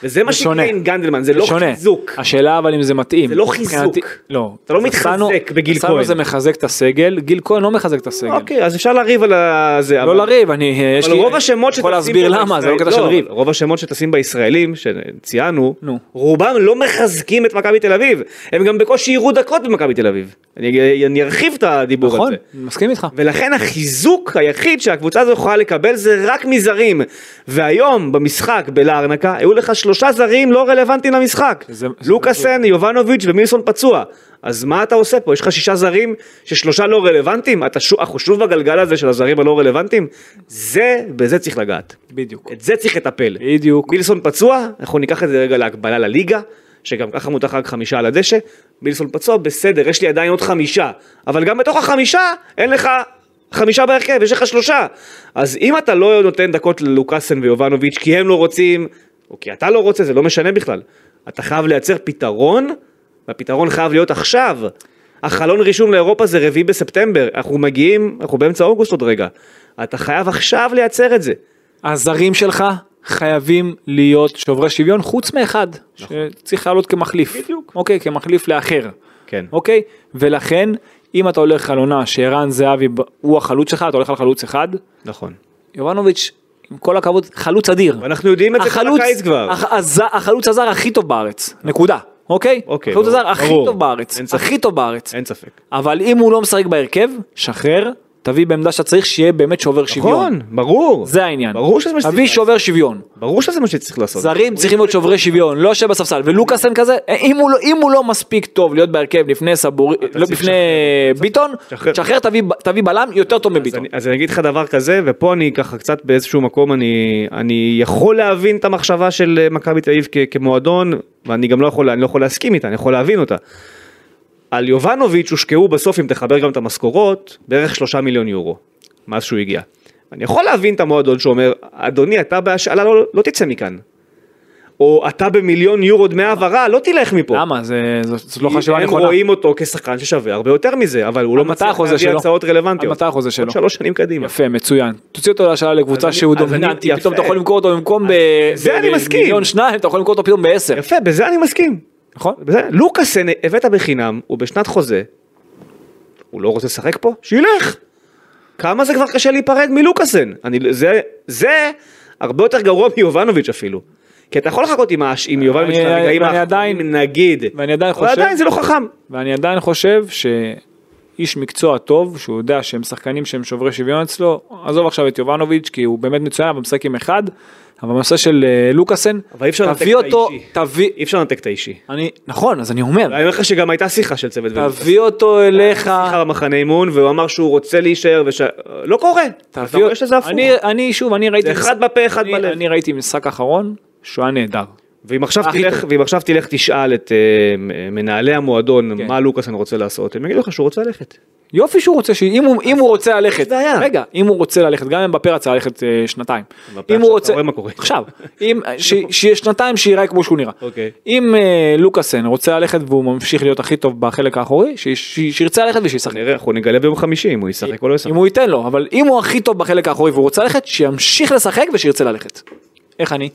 Speaker 2: וזה מה
Speaker 3: זה שונה.
Speaker 2: שיקרה עם גנדלמן, זה לא
Speaker 3: שונה.
Speaker 2: חיזוק.
Speaker 3: השאלה אבל אם זה מתאים.
Speaker 2: זה לא חיזוק.
Speaker 3: לא.
Speaker 2: אתה לא
Speaker 3: אז עשינו-
Speaker 2: מתחזק בגיל
Speaker 3: עשינו
Speaker 2: כהן.
Speaker 3: זה מחזק את הסגל, גיל כהן לא מחזק את הסגל.
Speaker 2: אוקיי, אז אפשר לריב על זה,
Speaker 3: לא לריב, אני, יש
Speaker 2: אבל
Speaker 3: לי,
Speaker 2: רוב השמות
Speaker 3: יכול
Speaker 2: שתשים
Speaker 3: להסביר
Speaker 2: פה
Speaker 3: למה, זה לא
Speaker 2: בישראל-
Speaker 3: קטע של ריב.
Speaker 2: רוב השמות שטסים בישראלים, שציינו,
Speaker 3: נו.
Speaker 2: רובם לא מחזקים את מכבי תל אביב. הם גם בקושי יראו דקות במכבי תל אביב. אני, אג- אני ארחיב את הדיבור
Speaker 3: נכון,
Speaker 2: הזה.
Speaker 3: מסכים איתך.
Speaker 2: ולכן החיזוק היחיד שהקבוצה הזו יכולה לקבל זה רק מזרים. והיום במשחק בלארנקה היו לך שלושה זרים לא רלוונטיים למשחק.
Speaker 3: זה- זה
Speaker 2: לוקאסן, יובנוביץ' ומילסון פצוע. אז מה אתה עושה פה? יש לך שישה זרים ששלושה לא רלוונטיים? אתה שוב, אנחנו שוב בגלגל הזה של הזרים הלא רלוונטיים? זה, בזה צריך לגעת.
Speaker 3: בדיוק.
Speaker 2: את זה צריך לטפל.
Speaker 3: בדיוק.
Speaker 2: מילסון פצוע, אנחנו ניקח את זה רגע להקבלה לליגה, שגם ככה מותר רק חמישה על הדשא, מילסון פצוע, בסדר, יש לי עדיין עוד חמישה, אבל גם בתוך החמישה אין לך חמישה בהרכב, יש לך שלושה. אז אם אתה לא נותן דקות ללוקאסן ויובנוביץ' כי הם לא רוצים, או כי אתה לא רוצה, זה לא משנה בכלל. אתה חייב לייצר פתרון, והפתרון חייב להיות עכשיו. החלון רישום לאירופה זה רביעי בספטמבר, אנחנו מגיעים, אנחנו באמצע אוגוסט עוד רגע. אתה חייב עכשיו לייצר את זה.
Speaker 3: הזרים שלך חייבים להיות שוברי שוויון, חוץ מאחד, שצריך לעלות כמחליף.
Speaker 2: נכון. בדיוק.
Speaker 3: אוקיי, כמחליף לאחר.
Speaker 2: כן.
Speaker 3: אוקיי? ולכן, אם אתה הולך על עונה שערן זהבי ב- הוא החלוץ שלך, אתה הולך על חלוץ אחד,
Speaker 2: נכון.
Speaker 3: יובנוביץ', עם כל הכבוד, חלוץ אדיר.
Speaker 2: ואנחנו יודעים את זה כל
Speaker 3: החלוץ,
Speaker 2: הקיץ כבר.
Speaker 3: הח, הז, החלוץ הזר הכי טוב בארץ, נקודה, אוקיי?
Speaker 2: אוקיי,
Speaker 3: החלוץ
Speaker 2: ברור,
Speaker 3: הזר הכי
Speaker 2: ברור.
Speaker 3: טוב בארץ,
Speaker 2: אין ספק.
Speaker 3: הכי טוב בארץ.
Speaker 2: אין ספק.
Speaker 3: אבל אם הוא לא משחק בהרכב, שחרר, תביא בעמדה שאתה צריך שיהיה באמת שובר שוויון.
Speaker 2: נכון, ברור.
Speaker 3: זה העניין.
Speaker 2: ברור שזה מה שצריך
Speaker 3: תביא
Speaker 2: לעשות.
Speaker 3: שובר שוויון.
Speaker 2: ברור שזה מה שצריך לעשות.
Speaker 3: זרים צריכים להיות שוברי שוויון, לא שבספסל. ולוקאסן כזה, אם הוא, לא, אם הוא לא מספיק טוב להיות בהרכב לפני סבורי, לא
Speaker 2: צריך
Speaker 3: בפני ביטון,
Speaker 2: שחרר.
Speaker 3: שחרר תביא, תביא בלם יותר טוב
Speaker 2: אז
Speaker 3: מביטון.
Speaker 2: אני, אז אני אגיד לך דבר כזה, ופה אני ככה קצת באיזשהו מקום, אני, אני יכול להבין את המחשבה של אה, מכבי תל אביב כ- כמועדון, ואני גם לא יכול, אני לא יכול להסכים איתה, אני יכול להבין אותה. על יובנוביץ' הושקעו בסוף, אם תחבר גם את המשכורות, בערך שלושה מיליון יורו, מאז שהוא הגיע. אני יכול להבין את המועדון שאומר, אדוני, אתה בהשאלה לא, לא תצא מכאן. או אתה במיליון יורו דמי העברה, לא תלך מפה.
Speaker 3: למה? זה- זו- זאת לא חשיבה
Speaker 2: הם
Speaker 3: נכונה.
Speaker 2: רואים אותו כשחקן ששווה הרבה יותר מזה, אבל הוא לא
Speaker 3: עד מתי
Speaker 2: מצליח
Speaker 3: החוזה
Speaker 2: להביא
Speaker 3: שלו?
Speaker 2: הצעות רלוונטיות.
Speaker 3: עד מתי החוזה שלו?
Speaker 2: עוד שלוש שנים קדימה.
Speaker 3: יפה, מצוין. תוציא אותו להשאלה לקבוצה
Speaker 2: אז
Speaker 3: שהוא
Speaker 2: אני- אז אני-
Speaker 3: דומיננטי,
Speaker 2: יפה.
Speaker 3: פתאום אתה יכול למכור אותו במקום ב...
Speaker 2: זה
Speaker 3: ב-
Speaker 2: אני
Speaker 3: ב-
Speaker 2: מסכים.
Speaker 3: מיליון שניים, אתה יכול למכור אותו פתאום בעשר.
Speaker 2: יפה, בזה אני מסכים.
Speaker 3: נכון?
Speaker 2: בזה, לוקאסן הבאת בחינם, הוא בשנת חוזה. הוא לא רוצה לשחק פה? שילך. כמה זה כבר קשה להיפרד מלוקאסן? אני, זה, זה הרבה יותר גרוע מיובנוביץ' אפילו. כי אתה יכול לחכות עם, האש- עם יובנוביץ'
Speaker 3: אני-
Speaker 2: לרגעים
Speaker 3: ואני עדיין-
Speaker 2: נגיד.
Speaker 3: ואני עדיין
Speaker 2: אבל
Speaker 3: חושב-
Speaker 2: עדיין זה לא חכם.
Speaker 3: ואני עדיין חושב שאיש מקצוע טוב, שהוא יודע שהם שחקנים שהם שוברי שוויון אצלו, עזוב עכשיו את יובנוביץ' כי הוא באמת מצוין, אבל משחק עם אחד, אבל בנושא של אה, לוקאסן,
Speaker 2: אבל אי אפשר לנתק
Speaker 3: תביא
Speaker 2: את
Speaker 3: אותו,
Speaker 2: האישי.
Speaker 3: תביא,
Speaker 2: אי אפשר לנתק את האישי.
Speaker 3: אני, נכון, אז אני אומר,
Speaker 2: אני אומר לך שגם הייתה שיחה של צוות ולוקאסן.
Speaker 3: תביא אותו אליך,
Speaker 2: שיחה במחנה אימון והוא אמר שהוא רוצה להישאר וש... לא קורה. אתה
Speaker 3: תביא,
Speaker 2: רואה שזה הפוך.
Speaker 3: אני, אני שוב, אני ראיתי,
Speaker 2: זה אחד בפה, אחד
Speaker 3: אני-
Speaker 2: בלב.
Speaker 3: אני ראיתי משחק אחרון, שהוא היה נהדר.
Speaker 2: ואם עכשיו,
Speaker 3: הכי
Speaker 2: תלך,
Speaker 3: טוב.
Speaker 2: ואם עכשיו תלך תשאל את אה, מנהלי המועדון
Speaker 3: כן.
Speaker 2: מה לוקאסן רוצה לעשות, הם יגידו לך שהוא רוצה ללכת.
Speaker 3: יופי שהוא רוצה, שאם הוא, אם הוא רוצה ללכת,
Speaker 2: בעיה.
Speaker 3: רגע, אם הוא רוצה ללכת, גם אם בפר רצה ללכת אה, שנתיים,
Speaker 2: אמבפה
Speaker 3: אם
Speaker 2: עכשיו,
Speaker 3: הוא
Speaker 2: אתה
Speaker 3: רוצה,
Speaker 2: רואה מה קורה.
Speaker 3: עכשיו, אם, ש, שיהיה שנתיים שיראה כמו שהוא נראה,
Speaker 2: אוקיי.
Speaker 3: אם אה, לוקאסן רוצה ללכת והוא ממשיך להיות הכי טוב בחלק האחורי, ש, ש, שירצה ללכת ושישחק,
Speaker 2: נראה, אנחנו נגלה ביום חמישי אם הוא ישחק או לא ישחק.
Speaker 3: אם הוא ייתן לו, אבל אם הוא הכי טוב בחלק האחורי והוא רוצה ללכת, שימשיך לשחק ושירצה ללכת. איך אני?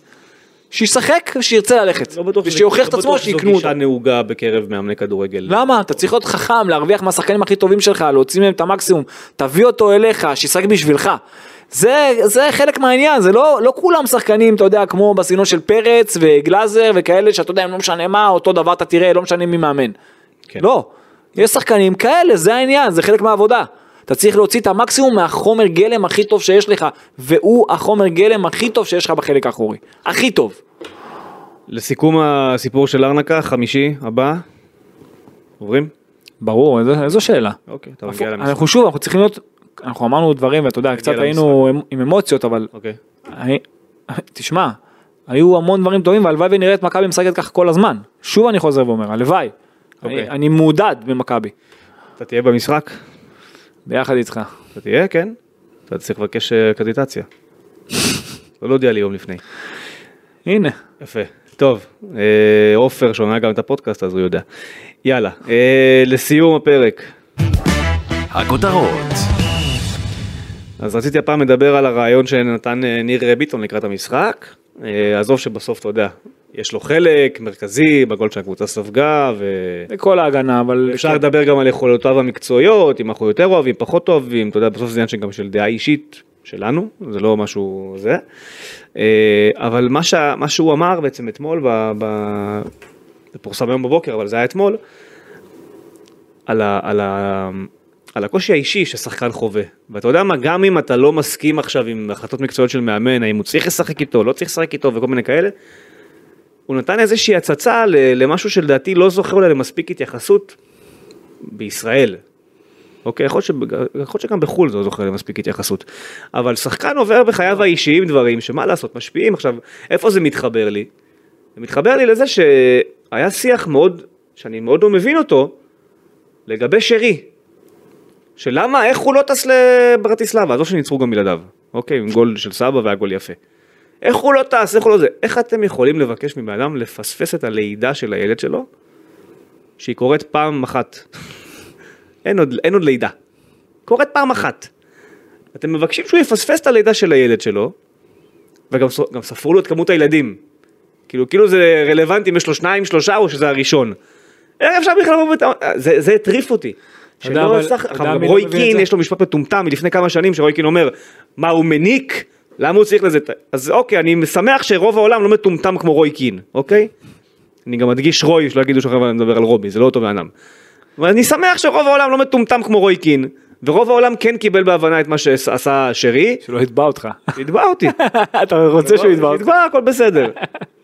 Speaker 3: שישחק ושירצה ללכת,
Speaker 2: לא בטוח שזה-
Speaker 3: ושיוכיח את
Speaker 2: לא
Speaker 3: עצמו
Speaker 2: בטוח שזו
Speaker 3: שיקנו אותו.
Speaker 2: גישה לא. נהוגה בקרב מאמני כדורגל.
Speaker 3: למה? אתה צריך להיות חכם, להרוויח מהשחקנים הכי טובים שלך, להוציא מהם את המקסימום, תביא אותו אליך, שישחק בשבילך. זה, זה חלק מהעניין, זה לא, לא כולם שחקנים, אתה יודע, כמו בסגנון של פרץ וגלאזר וכאלה, שאתה יודע, הם לא משנה מה, אותו דבר אתה תראה, לא משנה מי מאמן.
Speaker 2: כן.
Speaker 3: לא, יש שחקנים כאלה, זה העניין, זה חלק מהעבודה. אתה צריך להוציא את המקסימום מהחומר גלם הכי טוב שיש לך, והוא החומר גלם הכי טוב שיש לך בחלק האחורי. הכי טוב.
Speaker 2: לסיכום הסיפור של ארנקה, חמישי הבא. עוברים?
Speaker 3: ברור, איזו, איזו שאלה.
Speaker 2: אוקיי, אתה מגיע למשחק.
Speaker 3: אנחנו שוב, אנחנו צריכים להיות, אנחנו אמרנו דברים, ואתה יודע, קצת
Speaker 2: נגיע
Speaker 3: היינו אמ- עם אמוציות, אבל
Speaker 2: אוקיי.
Speaker 3: הי- תשמע, היו המון דברים טובים, והלוואי ונראה את מכבי משחקת ככה כל הזמן. שוב אני חוזר ואומר, הלוואי.
Speaker 2: אוקיי.
Speaker 3: אני- אני מעודד במכבי,
Speaker 2: אתה תהיה במשחק?
Speaker 3: ביחד איתך.
Speaker 2: אתה תהיה, כן. אתה צריך לבקש אה, קרדיטציה. לא להודיע לי יום לפני.
Speaker 3: הנה,
Speaker 2: יפה. טוב, אה, עופר שומע גם את הפודקאסט אז הוא יודע. יאללה, אה, לסיום הפרק.
Speaker 1: הכותרות,
Speaker 2: אז רציתי הפעם לדבר על הרעיון שנתן אה, ניר ביטון לקראת המשחק. אה, עזוב שבסוף, אתה יודע, יש לו חלק מרכזי בגול שהקבוצה ספגה,
Speaker 3: זה כל ההגנה, אבל...
Speaker 2: ואפשר לדבר גם על יכולותיו המקצועיות, אם אנחנו יותר אוהבים, פחות אוהבים, אתה יודע, בסוף זה עניין שגם של דעה אישית שלנו, זה לא משהו זה. אה, אבל מה, שה, מה שהוא אמר בעצם אתמול, ב, ב, זה פורסם היום בבוקר, אבל זה היה אתמול, על, ה, על, ה, על הקושי האישי ששחקן חווה. ואתה יודע מה, גם אם אתה לא מסכים עכשיו עם החלטות מקצועיות של מאמן, האם הוא צריך לשחק איתו, לא צריך לשחק איתו וכל מיני כאלה, הוא נתן איזושהי הצצה ל- למשהו שלדעתי לא זוכר אולי למספיק התייחסות בישראל. אוקיי, יכול להיות, שבג... יכול להיות שגם בחו"ל זה לא זוכה למספיק התייחסות. אבל שחקן עובר בחייו האישיים דברים שמה לעשות, משפיעים. עכשיו, איפה זה מתחבר לי? זה מתחבר לי לזה שהיה שיח מאוד, שאני מאוד לא מבין אותו, לגבי שרי. שלמה, איך הוא לא טס לברטיסלבה? עזוב שניצחו גם בלעדיו. אוקיי, עם גול של סבא והיה גול יפה. איך הוא לא טס, איך הוא לא זה. איך אתם יכולים לבקש מבן אדם לפספס את הלידה של הילד שלו, שהיא קורית פעם אחת? אין עוד, אין עוד לידה. קורית פעם אחת. אתם מבקשים שהוא יפספס את הלידה של הילד שלו, וגם ס- גם ספרו לו את כמות הילדים. כאילו, כאילו זה רלוונטי אם יש לו שניים, שלושה, או שזה הראשון. איך אפשר בכלל לבוא ואתה... זה זה הטריף אותי.
Speaker 3: יודע,
Speaker 2: שלא
Speaker 3: אבל-
Speaker 2: הצלח...
Speaker 3: אתה יודע
Speaker 2: עכשיו, גם
Speaker 3: מי לא
Speaker 2: רוי
Speaker 3: מבין את
Speaker 2: קין,
Speaker 3: זה?
Speaker 2: יש לו משפט מטומטם מלפני כמה שנים, שרוי קין אומר, מה, הוא מניק? למה הוא צריך לזה? את ה-" אז אוקיי, אני שמח שרוב העולם לא מטומטם כמו רוי קין, אוקיי? אני גם מדגיש רוי, שלא יגידו שעכשיו אני מדבר על רובי, זה לא אותו בן אדם. ואני שמח שרוב העולם לא מטומטם כמו רוי קין, ורוב העולם כן קיבל בהבנה את מה שעשה שרי,
Speaker 3: שלא יתבע אותך.
Speaker 2: התבע אותי.
Speaker 3: אתה רוצה שהוא יתבע אותך.
Speaker 2: נתבע, לא- הכל בסדר.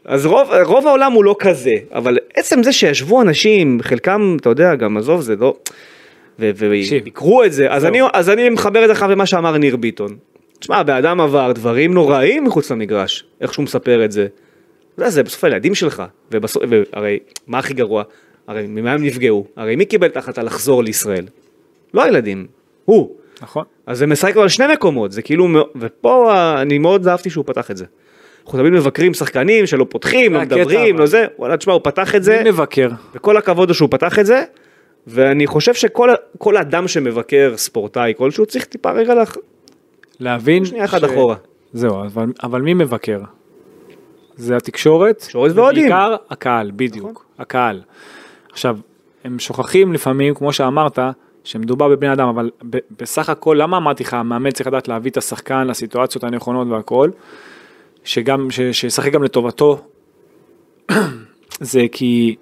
Speaker 2: אז רוב, רוב העולם הוא לא כזה, אבל עצם זה שישבו אנשים, חלקם, אתה יודע, גם עזוב, זה לא... ו- וביקרו את זה, אז אני, אז אני מחבר את זה לך למה שאמר ניר ביטון. תשמע, הבן אדם עבר דברים נוראים מחוץ למגרש, איך שהוא מספר את זה. אתה יודע, זה בסוף הילדים שלך, ובסוף, והרי, מה הכי גרוע? הרי ממה הם נפגעו? הרי מי קיבל את ההחלטה לחזור לישראל? לא הילדים, הוא.
Speaker 3: נכון.
Speaker 2: אז זה משחק על שני מקומות, זה כאילו, מאו- ופה ה- אני מאוד אהבתי שהוא פתח את זה. אנחנו תמיד מבקרים שחקנים שלא פותחים, לא
Speaker 3: זה הקטע,
Speaker 2: מדברים,
Speaker 3: אבל.
Speaker 2: לא זה, וואלה, תשמע, הוא פתח את זה,
Speaker 3: מי מבקר?
Speaker 2: וכל הכבוד לו שהוא פתח את זה, ואני חושב שכל כל אדם שמבקר ספורטאי כלשהו צריך טיפה רגע לך,
Speaker 3: להבין...
Speaker 2: שנייה אחת
Speaker 3: ש-
Speaker 2: אחורה.
Speaker 3: זהו, אבל, אבל מי מבקר? זה התקשורת.
Speaker 2: תקשורת ואוהדים.
Speaker 3: בעיקר הקהל, בדיוק. נכון. הקהל. עכשיו, הם שוכחים לפעמים, כמו שאמרת, שמדובר בבני אדם, אבל ב- בסך הכל, למה אמרתי לך, המאמן צריך לדעת להביא את השחקן לסיטואציות הנכונות והכל, שגם, ש- שישחק גם לטובתו. זה כי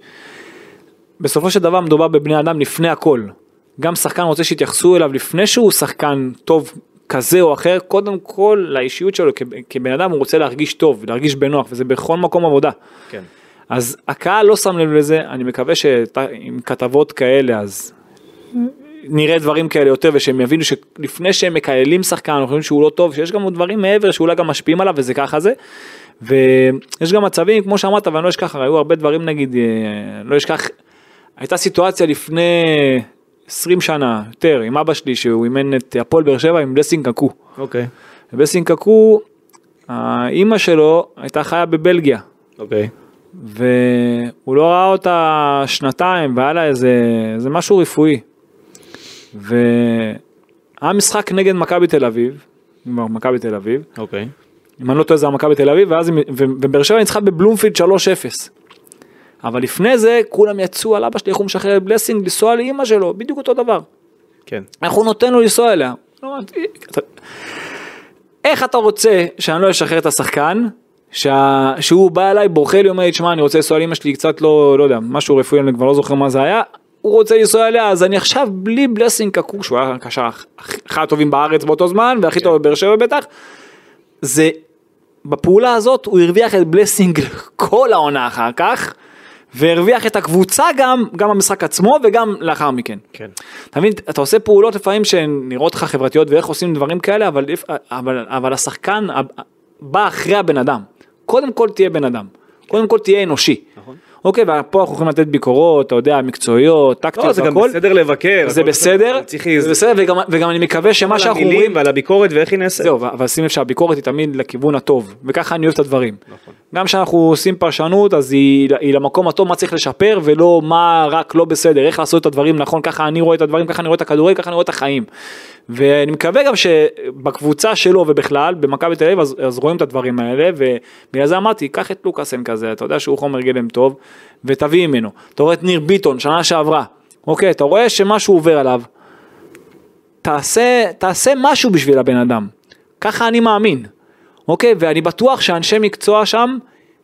Speaker 3: בסופו של דבר מדובר בבני אדם לפני הכל. גם שחקן רוצה שיתייחסו אליו לפני שהוא שחקן טוב כזה או אחר, קודם כל לאישיות שלו כ- כבן אדם הוא רוצה להרגיש טוב, להרגיש בנוח, וזה בכל מקום עבודה.
Speaker 2: כן.
Speaker 3: אז הקהל לא שם לב לזה, אני מקווה שעם כתבות כאלה אז נראה דברים כאלה יותר ושהם יבינו שלפני שהם מקללים שחקן, או חושבים שהוא לא טוב, שיש גם דברים מעבר שאולי גם משפיעים עליו וזה ככה זה. ויש גם מצבים כמו שאמרת ואני לא אשכח, היו הרבה דברים נגיד, אה, לא אשכח, הייתה סיטואציה לפני 20 שנה יותר עם אבא שלי שהוא אימן את הפועל באר שבע עם בלסינג קקו.
Speaker 2: אוקיי,
Speaker 3: בלסינג קקו, האימא שלו הייתה חיה בבלגיה.
Speaker 2: אוקיי.
Speaker 3: והוא לא ראה אותה שנתיים והיה לה איזה, איזה משהו רפואי. והיה משחק נגד מכבי תל אביב, כלומר, מכבי תל אביב,
Speaker 2: אוקיי.
Speaker 3: אם אני לא טועה זה היה מכבי תל אביב, ואז הם- ו- ובאר שבע ניצחה בבלומפילד 3-0. אבל לפני זה כולם יצאו על אבא שלי, איך הוא משחרר את בלסינג לנסוע לאימא שלו, בדיוק אותו דבר.
Speaker 2: כן.
Speaker 3: איך הוא נותן לו לנסוע אליה? לא, אתה- איך אתה רוצה שאני לא אשחרר את השחקן, שה... שהוא בא אליי, בוכה לי, אומר לי, שמע, אני רוצה לנסוע לאמא שלי קצת לא, לא יודע, משהו רפואי, אני כבר לא זוכר מה זה היה, הוא רוצה לנסוע אליה, אז אני עכשיו בלי בלסינג קקוק, שהוא היה קשר אחד הטובים בארץ באותו זמן, והכי טוב בבאר שבע בטח, זה, בפעולה הזאת הוא הרוויח את בלסינג כל העונה אחר כך, והרוויח את הקבוצה גם, גם במשחק עצמו וגם לאחר מכן.
Speaker 2: כן.
Speaker 3: אתה מבין, אתה עושה פעולות לפעמים שהן נראות לך חברתיות ואיך עושים דברים כאלה, אבל, לפ- אבל, אבל השחקן ה- בא אחרי הבן אדם. קודם כל תהיה בן אדם. קודם כל תהיה אנושי. נכון. אוקיי, ופה אנחנו יכולים לתת ביקורות, אתה יודע, מקצועיות,
Speaker 2: לא,
Speaker 3: טקטיות
Speaker 2: זה גם
Speaker 3: והכל.
Speaker 2: בסדר לבקר.
Speaker 3: זה
Speaker 2: הכל
Speaker 3: בסדר,
Speaker 2: צריך
Speaker 3: זה
Speaker 2: להזדמנות
Speaker 3: בסדר, וגם, וגם אני מקווה שמה
Speaker 2: על
Speaker 3: שאנחנו אומרים,
Speaker 2: המילים ועל הביקורת ואיך היא נעשית.
Speaker 3: זהו, אבל שים לב שהביקורת היא תמיד לכיוון הטוב, וככה אני אוהב את הדברים. גם כשאנחנו עושים פרשנות, אז היא, היא למקום הטוב, מה צריך לשפר, ולא מה רק לא בסדר, איך לעשות את הדברים נכון, ככה אני רואה את הדברים, ככה אני רואה את הכדורגל, ככה אני רואה את החיים. ואני מקווה גם שבקבוצה שלו ובכלל, במכבי תל אביב, אז, אז רואים את הדברים האלה, ובגלל זה אמרתי, קח את לוקאסן כזה, אתה יודע שהוא חומר גלם טוב, ותביא ממנו. אתה רואה את ניר ביטון, שנה שעברה, אוקיי, אתה רואה שמשהו עובר עליו, תעשה, תעשה משהו בשביל הבן אדם. ככה אני מאמין. אוקיי? ואני בטוח שאנשי מקצוע שם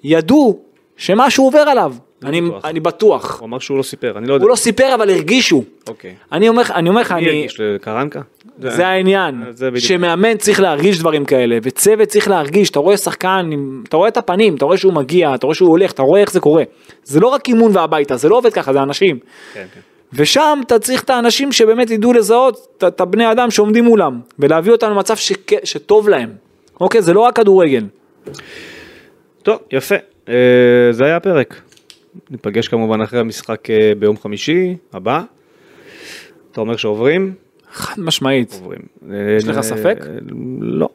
Speaker 3: ידעו שמשהו עובר עליו. אני
Speaker 2: בטוח.
Speaker 3: בטוח. אני בטוח.
Speaker 2: הוא אמר שהוא לא סיפר, אני לא יודע.
Speaker 3: הוא לא סיפר אבל הרגישו.
Speaker 2: אוקיי.
Speaker 3: אני אומר לך, אני אומר לך,
Speaker 2: מי
Speaker 3: אני...
Speaker 2: הרגיש לקרנקה? כן,
Speaker 3: זה העניין,
Speaker 2: זה בדיוק.
Speaker 3: שמאמן צריך להרגיש דברים כאלה, וצוות צריך להרגיש, אתה רואה שחקן, עם- אתה רואה את הפנים, אתה רואה שהוא מגיע, אתה רואה שהוא הולך, אתה רואה איך זה קורה. זה לא רק אימון והביתה, זה לא עובד ככה, זה אנשים.
Speaker 2: כן, כן.
Speaker 3: ושם אתה צריך את האנשים שבאמת ידעו לזהות את- את הבני אדם שעומדים מולם, ולהביא אותם למצב שכ- שטוב להם. אוקיי, זה לא רק כדורגל.
Speaker 2: טוב, יפה. אה, זה היה הפרק. ניפגש כמובן אחרי המשחק אה, ביום חמישי הבא. אתה אומר שעוברים?
Speaker 3: חד משמעית.
Speaker 2: עוברים. אה,
Speaker 3: יש לך ספק?
Speaker 2: לא,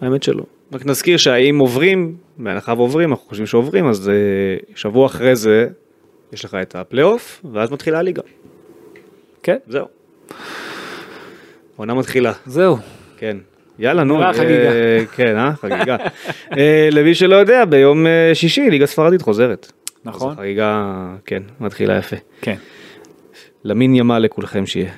Speaker 2: האמת שלא. רק נזכיר שהאם עוברים, בהנחה ועוברים, אנחנו חושבים שעוברים, אז אה, שבוע אחרי זה יש לך את הפלייאוף, ואז מתחילה הליגה.
Speaker 3: כן.
Speaker 2: זהו. העונה מתחילה.
Speaker 3: זהו.
Speaker 2: כן. יאללה, נו.
Speaker 3: נראה
Speaker 2: אה,
Speaker 3: חגיגה.
Speaker 2: כן, אה? חגיגה. אה, למי שלא יודע, ביום אה, שישי ליגה ספרדית חוזרת.
Speaker 3: נכון.
Speaker 2: אז החגיגה, כן, מתחילה יפה.
Speaker 3: כן.
Speaker 2: למין ימה לכולכם שיהיה.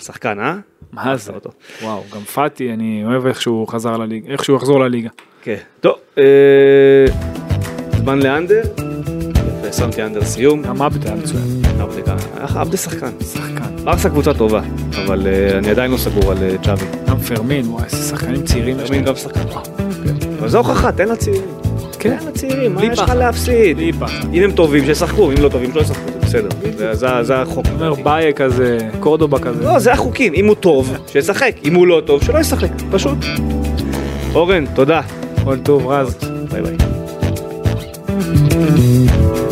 Speaker 2: שחקן, אה?
Speaker 3: מה זה?
Speaker 2: אותו.
Speaker 3: וואו, גם פאטי, אני אוהב איך שהוא חזר לליגה, איך שהוא יחזור לליגה.
Speaker 2: כן. טוב, אה, זמן לאנדר. יפה, שמתי אנדר סיום.
Speaker 3: גם עבד היה מצוין.
Speaker 2: עבדה גם- אה, עבדה שחקן.
Speaker 3: שחקן.
Speaker 2: ברסה קבוצה טובה, אבל אה, אני עדיין לא סגור על אה, צ'אבי.
Speaker 3: גם פרמין, וואי, איזה שחקנים צעירים יש
Speaker 2: פרמין
Speaker 3: לנו.
Speaker 2: גם שחקן. אבל זו הוכחה, תן לצעירים.
Speaker 3: כן.
Speaker 2: תן לצעירים, מה
Speaker 3: בלי
Speaker 2: יש לך
Speaker 3: פחד.
Speaker 2: להפסיד?
Speaker 3: ליפה.
Speaker 2: אם הם טובים, שישחקו, אם לא טובים, שלא ישחקו, זה בסדר. זה- זה- זה החוק.
Speaker 3: אומר באיה כזה, קורדובה כזה.
Speaker 2: לא, זה החוקים. אם הוא טוב, שישחק. אם הוא לא טוב, שלא ישחק. פשוט. אורן, תודה.
Speaker 3: כל טוב, רז.
Speaker 2: ביי ביי.